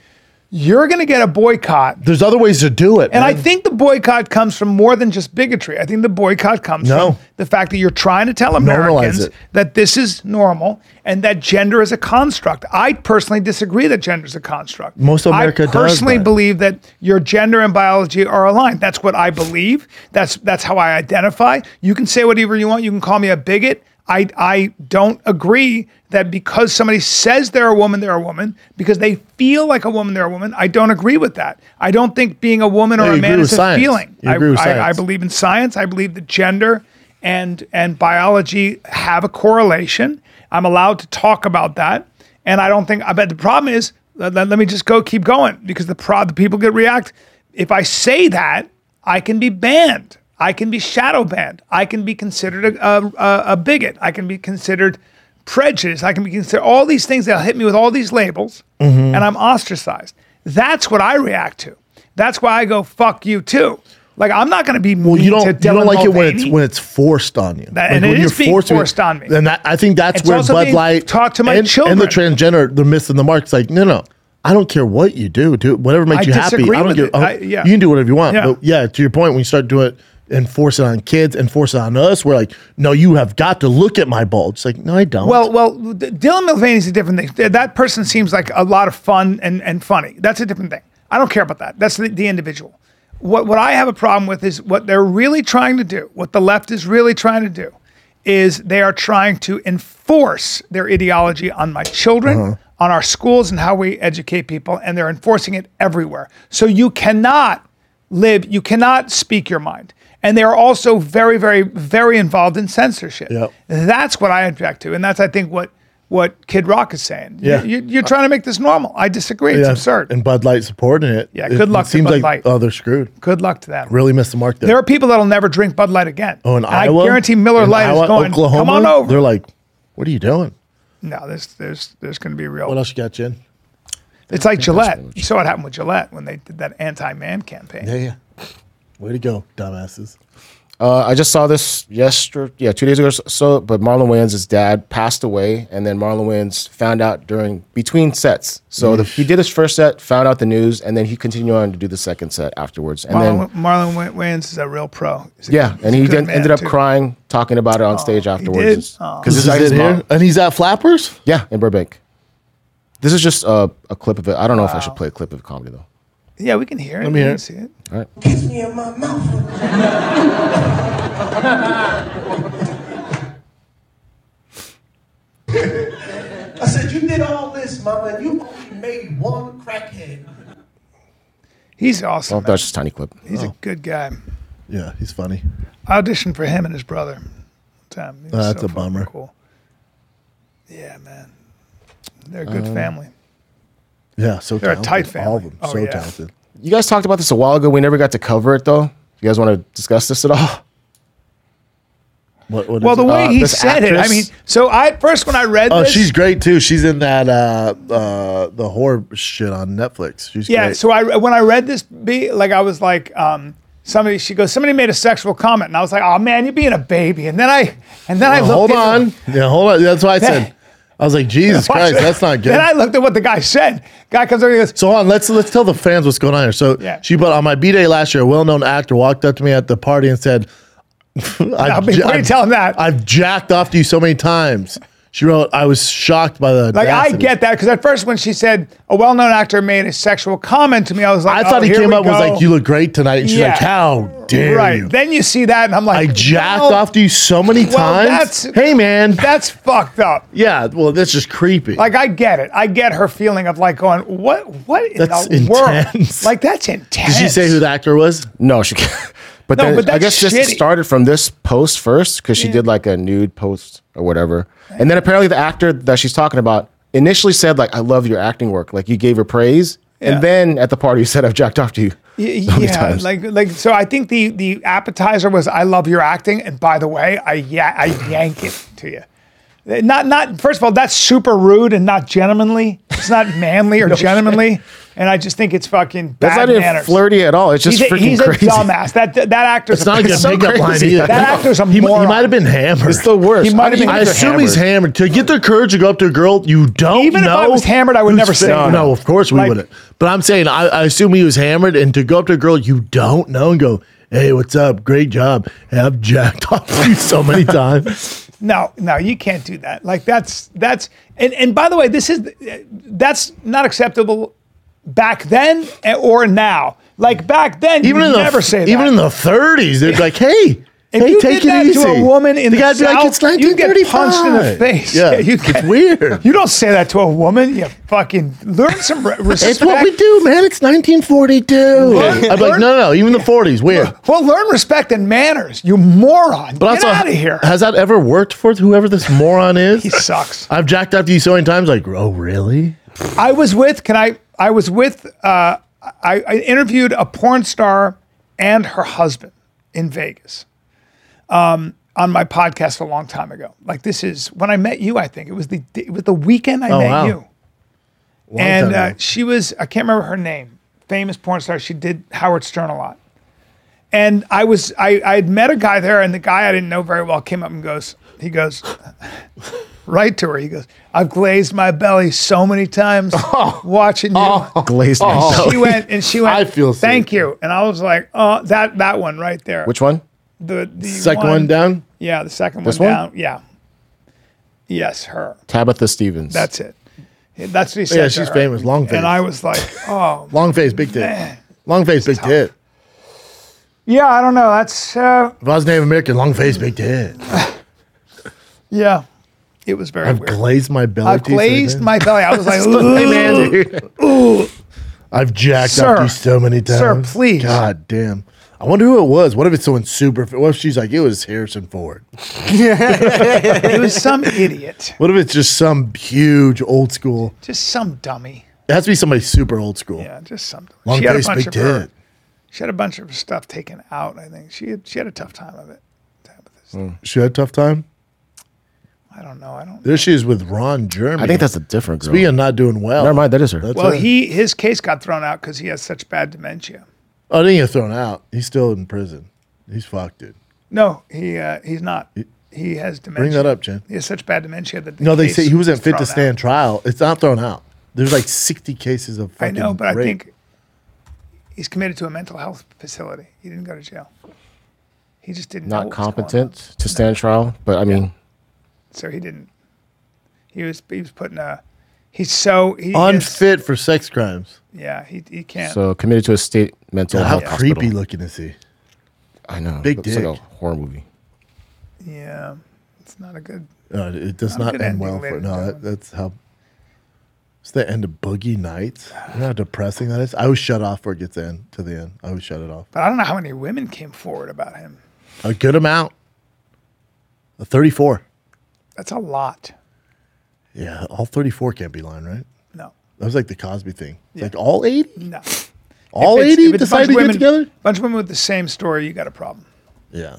C: "You're going to get a boycott."
A: There's other ways to do it.
C: And I
A: man.
C: think the boycott comes from more than just bigotry. I think the boycott comes
A: No.
C: from the fact that you're trying to tell Americans
A: it.
C: that this is normal and that gender is a construct. I personally disagree that gender is a construct.
A: Most of America
C: I
A: does
C: personally
A: that.
C: believe that your gender and biology are aligned. That's what I believe. That's that's how I identify. You can say whatever you want. You can call me a bigot. I, I don't agree that because somebody says they're a woman, they're a woman. Because they feel like a woman, they're a woman. I don't agree with that. I don't think being a woman
A: No,
C: or
A: you
C: a
A: agree
C: man
A: with
C: is a
A: science.
C: feeling.
A: You
C: I,
A: agree with
C: I- I
A: science.
C: believe in science. I believe that gender and and biology have a correlation. I'm allowed to talk about that, and I don't think. I bet the problem is. Let, let- let me just go keep going because the pro the people get react. If I say that, I can be banned. I can be shadow banned. I can be considered a, a, a- a bigot. I can be considered prejudiced. I can be considered all these things. They'll hit me with all these labels,
A: Mm-hmm.
C: and I'm ostracized. That's what I react to. That's why I go fuck you too. Like I'm not going to be
A: Well,
C: mean
A: you don't,
C: to
A: you
C: Dylan
A: don't like it when it's
C: Mulvaney.
A: when it's forced on you.
C: That-
A: like
C: and
A: when
C: it is being
A: to be-
C: forced on me.
A: And that, I think that's
C: It's
A: where
C: also
A: Bud
C: being
A: Light
C: taught to my
A: and, and the
C: children.
A: transgender they're missing the mark. It's like no, no, I don't care what you do, do whatever makes
C: I
A: you happy.
C: disagree
A: I don't
C: with
A: give.
C: it.
A: I don't-
C: I- yeah.
A: You can do whatever you want.
C: Yeah.
A: But yeah, to your point, when you start doing it and force it on kids and force it on us, we're like, no, you have got to look at my bulge. It's like no, I don't.
C: Well, well, D- Dylan Mulvaney is a different thing. Th- That person seems like a lot of fun and, and funny. That's a different thing. I don't care about that. That's the, the individual. What what I have a problem with is what they're really trying to do. What the left is really trying to do is they are trying to enforce their ideology on my children,
A: Uh-huh.
C: on our schools, and how we educate people, and they're enforcing it everywhere. So you cannot live. You cannot speak your mind. And they are also very, very, very involved in censorship.
A: Yep.
C: That's what I object to, and that's I think what what Kid Rock is saying.
A: Yeah.
C: you, you, are trying to make this normal. I disagree. It's
A: Yeah,
C: absurd.
A: And Bud Light supporting it.
C: Yeah,
A: It-
C: good
A: it
C: luck to
A: seems
C: Bud
A: like
C: Light.
A: oh, they're screwed.
C: Good luck to that.
A: Really missed the mark there.
C: There are people that'll never drink Bud Light again.
A: oh, in
C: And
A: Iowa,
C: I guarantee Miller
A: in
C: Light
A: Iowa,
C: is going.
A: Oklahoma,
C: Come on over.
A: They're like, what are you doing?
C: no, there's there's there's going to be
A: What
C: real.
A: else you got, Jen?
C: It's like Gillette. You saw what happened with Gillette when they did that anti-man campaign.
A: Yeah, yeah. Way to go, dumbasses.
B: Uh, I just saw this yesterday, yeah, two days ago or so. But Marlon Wayans' dad passed away, and then Marlon Wayans found out during between sets. So the, he did his first set, found out the news, and then he continued on to do the second set afterwards. And
C: Marlon,
B: then
C: Marlon Wa- Wayans is a real pro. He's a-
B: yeah,
C: he's
B: and
C: a
B: he
C: good
B: did,
C: man,
B: ended up
C: too. Oh,
B: crying, talking about it on stage
C: did? Oh.
B: afterwards.
C: Aw.
B: Because
A: This is it here, and he's at Flappers.
B: Yeah, in Burbank. This is just a, a clip of it. I don't know if I should play a clip of comedy though.
C: Yeah, we can hear it.
A: me
C: we
A: hear
C: can
A: it.
C: see it.
E: Kiss me in my mouth. I said, you did all this, mama, and you only made one crackhead.
C: He's
B: Well,
C: awesome. man.
B: that's just a tiny clip.
C: He's
A: Oh.
C: a good guy.
A: Yeah, he's funny.
C: I auditioned for him and his brother. one Time. He was
A: Oh, that's a
C: fucking
A: bummer.
C: Cool. Yeah, man. They're a good
A: Um,
C: family.
A: Yeah, so
C: They're a
A: talented.
C: tight family.
A: All of them,
C: Oh,
A: so
C: yeah.
A: talented.
B: You guys talked about this a while ago. We never got to cover it though. You guys want to discuss this at all?
A: What, what
C: Well,
A: is
C: the
A: it?
C: way
B: Uh,
C: he
B: this
C: said it, I
B: actress-
C: mean, so I at first when I read
A: oh,
C: this,
A: she's great too. She's in that uh uh the horror shit on Netflix. She's
C: yeah.
A: great.
C: So I when I read this, be like I was like, um, somebody. She goes, somebody made a sexual comment, and I was like, oh man, you're being a baby. And then I, and then I
A: Now, hold
C: looked at-
A: on. Yeah, hold on. That's why I
C: <laughs>
A: said. I was like, Jesus
C: Watch
A: Christ,
C: it.
A: that's not good.
C: Then I looked at what the guy said. Guy comes over and he goes,
A: So hold on, let's let's tell the fans what's going on here. So
C: Yeah.
A: she, but on my b day last year, a well known actor walked up to me at the party and said, <laughs>
C: "Now,
A: "I've
C: before you
A: I've-
C: tell him that,
A: I've jacked off to you so many times." She wrote, "I was shocked by the
C: Like I
A: audacity."
C: get that because at first when she said a well-known actor made a sexual comment to me, I was
A: I
C: like,
A: thought
C: oh,
A: he
C: here
A: came
C: we
A: up and was
C: go.
A: like, "You look great tonight." And she's
C: Yeah.
A: like, "How dare
C: right."
A: you?"
C: Then you see that, and I'm
A: I
C: like,
A: jacked
C: well,
A: off to you so many times.
C: that's-
A: hey, man.
C: That's fucked up.
A: yeah. Well, that's just creepy.
C: Like I get it. I get her feeling of like going, what, what in
A: That's
C: the
A: intense.
C: world? Like that's intense.
A: Did she say who the actor was?
B: No, she. Can't. <laughs> But
C: No,
B: then
C: but
B: I
C: that's
B: guess this
C: shitty.
B: started from this post first because she
C: Yeah.
B: did like a nude post or whatever, and then apparently the actor that she's talking about initially said like, "I love your acting work," like you gave her praise,
C: Yeah.
B: and then at the party you said, "I've jacked off to you."
C: Y-
B: so many
C: yeah,
B: times.
C: like like so. I think the the appetizer was I love your acting, and by the way, I yeah I yank it to you. Uh, Not not first of all, that's super rude and not gentlemanly. It's not
A: <laughs>
C: manly or gentlemanly, and I just think it's fucking
B: That's
C: bad
B: not even
C: manners.
B: flirty at all. It's just
C: He's, a,
B: freaking
C: he's a
B: crazy.
C: dumbass. That that actor's
A: It's not a good
B: so
A: pickup line
B: crazy.
A: either.
C: That actor's a
A: he, mi-
C: moron.
A: He might have been hammered.
B: <laughs> It's the worst.
C: He might
B: I
C: have been-
B: don't even
A: I
B: think they're
A: assume he's
B: hammered.
A: hammered. To get the courage to go up to a girl, you don't
C: Even if
A: know.
C: I was hammered, I would
A: who's
C: never say
A: No,
C: that.
A: no, of course we
C: Like-
A: wouldn't. But I'm saying, I, I assume he was hammered, and to go up to a girl you don't know and go, "Hey, what's up? Great job. Hey, I've jacked <laughs> off to you so
C: <laughs>
A: many times."
C: No, no, you can't do that. Like that's that's and and by the way, this is that's not acceptable back then eh, or now. Like back then,
A: Even
C: you
A: in the
C: never say that.
A: even in the 30s, they're like, "Hey."
C: <laughs> If
A: hey,
C: you
A: take
C: did that
A: it easy.
C: to a woman in the,
A: guy'd be
C: south,
A: like, it's
C: you get
A: 1935.
C: punched in the face. <laughs>
A: Yeah,
C: you
A: it's
C: get-
A: weird.
C: <laughs> You don't say that to a woman. You fucking learn some re-
A: <laughs>
C: respect.
A: It's what we do, man. It's 1942.
C: Learn-
A: I'm like, no,
C: learn-
A: no, no. Even the 40s,
C: <laughs>
A: weird.
C: Well, learn respect and manners, you moron.
A: But
C: get
A: also,
C: out of here.
A: Has that ever worked for whoever this moron is?
C: he sucks.
A: I've jacked up to you so many times. Like, oh, really?
C: I was with. Can I? I was with. Uh, I, I interviewed a porn star and her husband. in Vegas um, on my podcast a long time ago. Like this is when I met you. I think it was the it was the weekend I met
A: Oh, wow.
C: you.
A: time
C: and uh,
A: ago.
C: she was I can't remember her name. Famous porn star. She did Howard Stern a lot. And I was I I had met a guy there, and the guy I didn't know very well came up and goes he goes <laughs> right to her. He goes, I've glazed my belly so many
A: <laughs>
C: times watching you.
B: Glazed
C: <laughs>
B: myself.
C: She went and she went.
A: Oh. I feel sick.
C: Thank you. And I was like, oh, that that one right there.
B: Which one?
C: the, the
A: Second one down.
C: Yeah, the second
B: This
C: one,
B: one?
C: down. Yeah. Yes, her.
B: Tabitha Stevens.
C: That's it. That's what he said.
A: Oh, Yeah,
C: to
A: she's
C: her.
A: famous. Long face.
C: And I was like, oh,
A: Long face, big tit.
C: Man.
A: Long face, big tit.
C: yeah, I don't know. That's uh,
A: If I was Native American, long face, big tit.
C: yeah. It was very
A: I've
C: weird.
A: glazed my belly.
C: I've
A: to you so
C: glazed
A: bad.
C: my belly. I
A: <laughs>
C: was like,
A: Hey,
C: "Ugh."
A: man, dude. I've jacked
C: Sir.
A: up you so many times.
C: Sir, please.
A: God damn. I wonder who it was. What if it's someone super? What if she's like, it was Harrison Ford?
C: it was some idiot,
A: What if it's just some huge old school?
C: just some dummy.
A: It has to be somebody super old school.
C: Yeah, just something.
A: Long
C: she had a
A: face,
C: bunch
A: big
C: of her-
A: tit.
C: she had a bunch of stuff taken out. I think she had, she had a tough time of it.
A: She had a tough time.
C: I don't know. I don't.
A: There she is with Ron Jeremy.
B: I think that's a different girl.
A: we are not doing well.
B: Never mind, that is her.
A: That's
C: Well,
A: it.
C: he his case got thrown out because he has such bad dementia.
A: Oh, I didn't get thrown out. He's still in prison. He's fucked, dude.
C: No, he uh, he's not. He has dementia.
A: Bring that up, Jen.
C: He has such bad dementia that the
A: No, they
C: case
A: say he
C: was
A: wasn't fit to
C: thrown out.
A: stand trial. It's not thrown out. There's like 60 cases of
C: I
A: fucking
C: know, but I
A: rape.
C: think he's committed to a mental health facility. He didn't go to jail. He just didn't know
B: Not
C: what was going on,
B: competent to stand trial, but I mean,
C: so he didn't. He was he was putting a. He's so he is-
A: unfit for sex crimes.
C: yeah, he he can't.
B: so committed to a state mental
A: How
B: health
A: creepy
B: hospital.
A: looking is he?
B: I know.
A: Big
B: It's like a
A: dick.
B: horror movie.
C: yeah, it's not a good.
A: Uh, it does
C: Not a
A: not
C: good
A: end
C: ending,
A: well for
C: ladies
A: no.
C: and
A: That, that's how. It's the end of Boogie Nights. You know how depressing that is. I always shut off where it gets in to the end. I always shut it off.
C: But I don't know how many women came forward about him.
A: A good amount. A thirty-four.
C: That's a lot.
A: Yeah, all thirty-four can't be lying, right?
C: No,
A: That was like the Cosby thing. It's Like all eighty,
C: no.
A: all
C: If it's-
A: eighty
C: if it's a
A: decided
C: bunch
A: to
C: of
A: get
C: women-
A: together.
C: Bunch of women with the same story, you got a problem.
A: Yeah.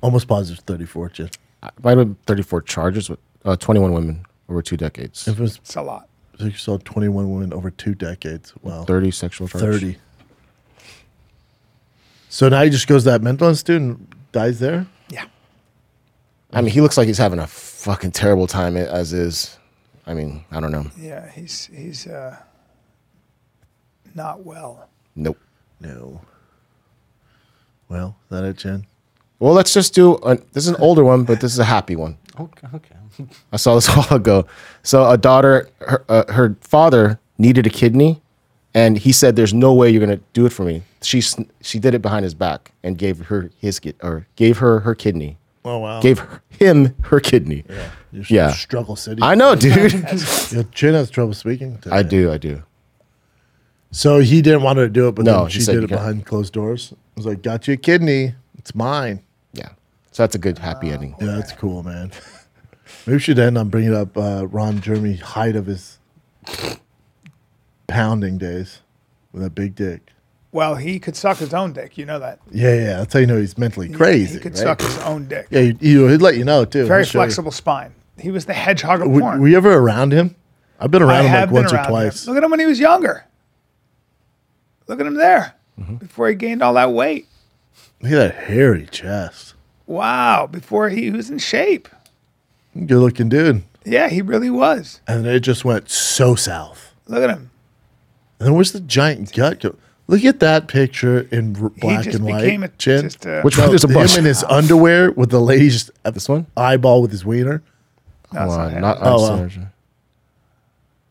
A: Almost positive thirty-four. Just
B: I- Might have been 34 charges with uh, 21 women over two decades.
A: if it was
C: It's a lot.
A: if you saw twenty-one women over two decades. Wow.
B: 30 sexual charges.
A: 30. So now he just goes to that mental institute and dies there?
C: Yeah.
B: I mean, he looks like he's having a fucking terrible time as is. I mean, I don't know.
C: Yeah. He's he's uh not well.
B: Nope.
A: No. Well, is that it, Jen?
B: Well, let's just do. An, this is an older one, but this is a happy one.
G: Okay. okay.
B: I saw this <laughs> a while ago. So a daughter, her, uh, her father needed a kidney, and he said, "There's no way you're gonna do it for me." She sn- she did it behind his back and gave her his kid or gave her her kidney.
A: Oh, wow.
B: Gave her- him her kidney. Yeah,
A: You're
B: Yeah.
A: Struggle City.
B: I know, dude.
A: Yeah, Jen has trouble speaking. Today.
B: I do, I do.
A: So he didn't want her to do it, but
B: No,
A: then
B: he
A: she
B: said
A: did
B: you
A: it
B: can't.
A: behind closed doors. I was like, got you a kidney. It's mine.
B: Yeah. So that's a good happy ending.
A: Uh, Yeah, that's cool, man. Maybe we should end on bringing up uh, Ron Jeremy height of his pounding days with a big dick.
C: Well, he could suck his own dick. You know that.
A: Yeah, yeah. That's how you know he's mentally
C: He-
A: crazy.
C: He could
A: right?
C: suck his own dick.
A: Yeah, he, he, would let you know too.
C: Very
A: He'll show you.
C: flexible spine. He was the hedgehog of
A: Were,
C: porn.
A: were you ever around him? I've been
C: I
A: around him
C: have
A: like once
C: been
A: or
C: around
A: twice.
C: him. Look at him when he was younger. Look at him there.
A: Mm-hmm.
C: Before he gained all that weight.
A: Look at that hairy chest.
C: Wow. Before he, he was in shape.
A: Good looking dude.
C: Yeah, he really was.
A: And it just went so south.
C: Look at him.
A: And then where's the giant gut go? Look at that picture in r- black
C: just
A: and white.
C: became a-
A: Jen.
C: just a- <laughs>
B: Which one? There's a
A: him
B: bunch.
A: in his underwear with the lady's just a-
B: <laughs> This one?
A: eyeball with his wiener.
C: No, it's not
B: Hold on,
C: him.
B: not
A: Oh, wow.
B: Anastasia.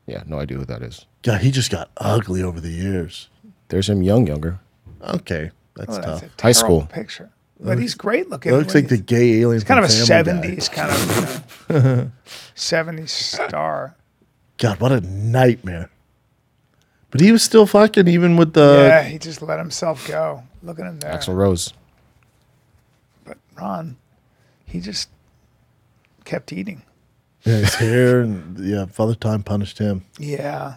B: Yeah, no idea who that is.
A: God, he just got ugly over the years.
B: There's him young, younger.
A: Okay, that's
C: Oh,
A: tough.
C: that's a terrible
B: High school.
C: picture. But he's great looking.
A: It uh, looks
C: when
A: like the
C: he's-
A: gay alien.
C: kind of a
A: seventies.
C: seventies kind of you know, seventies star.
A: God, what a nightmare. But he was still fucking even with
C: yeah,
A: the
C: he just let himself go. Look at him there,
B: Axel Rose.
C: but Ron, he just kept eating.
A: yeah, <laughs> his hair and yeah, Father Time punished him.
C: Yeah,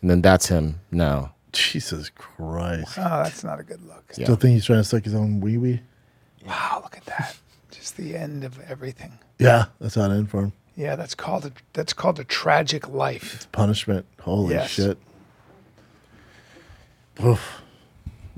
B: And then that's him now.
A: Jesus Christ.
C: Oh, that's not a good look.
A: Still think he's trying to suck his own wee wee?
C: Wow, look at that. Just the end of everything.
A: Yeah, that's how it ended for him.
C: Yeah, that's called a, that's called a tragic life.
A: Punishment. Holy
C: Yes.
A: shit. Oof.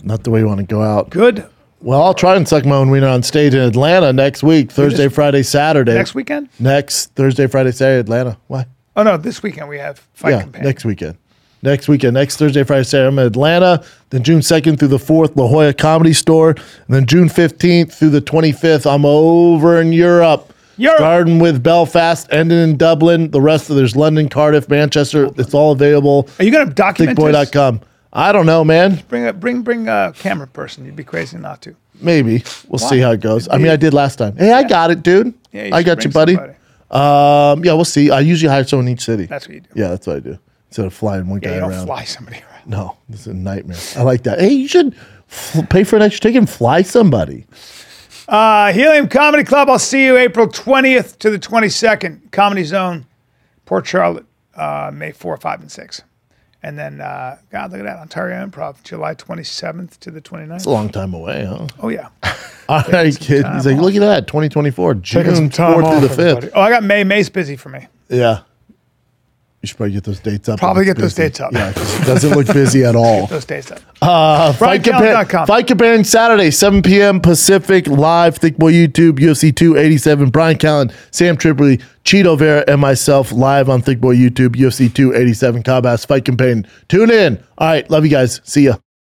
A: Not the way you want to go out.
C: Good.
A: Well, I'll try and suck my own wiener on stage in Atlanta next week, Thursday, Friday, Saturday.
C: Next weekend?
A: Next Thursday, Friday, Saturday, Atlanta. Why?
C: Oh no, this weekend we have fight
A: yeah,
C: companion.
A: next weekend. Next weekend, next Thursday, Friday, Saturday, I'm in Atlanta. Then June 2nd through the 4th, La Jolla Comedy Store. And then June 15th through the 25th, I'm over in Europe.
C: Europe.
A: Starting with Belfast, ending in Dublin. The rest of there's London, Cardiff, Manchester. It's all available.
C: Oh. Are you going to document this?
A: Thickboy.com. I don't know, man.
C: Bring a bring bring a camera person. You'd be crazy not to.
A: Maybe. We'll see how it goes. I mean, I did last time. Hey, I got it, dude.
C: Yeah,
A: I
C: should
A: got
C: bring
A: you, buddy.
C: somebody.
A: Um, yeah, we'll see. I usually hire someone in each city.
C: That's what you do.
A: Yeah, that's what I do. Instead of flying one
C: Yeah,
A: guy
C: you don't
A: around.
C: fly somebody <laughs> around.
A: No, this is a nightmare. I like that. Hey, you should f- pay for an extra ticket and fly somebody.
C: Uh, Helium Comedy Club. I'll see you April twentieth to the twenty second. Comedy Zone, Port Charlotte, uh, May four, five, and six. And then, uh, God, look at that Ontario Improv, July 27th to the 29th.
A: It's a long time away,
C: <laughs>
A: huh?
C: Oh yeah,
A: <laughs> All right, kid. He's like, look at that, 2024, June 4th through the 5th.
C: Oh, I got May. May's busy for me.
A: Yeah. You should probably get those dates up.
C: Probably
A: It looks
C: get those
A: busy.
C: dates up.
A: Yeah, 'cause it doesn't look busy at all.
C: <laughs> Those days up.
A: Uh, Fight Companion,
C: BrianCallen.com.
A: Fight Companion Saturday, 7 p.m. Pacific, live, Thick Boy YouTube, UFC 287, Brian Callen, Sam Tripoli, Cheeto Vera, and myself live on Thick Boy YouTube, UFC 287, Cobb House, Fight Companion. Tune in. All right, love you guys. See ya.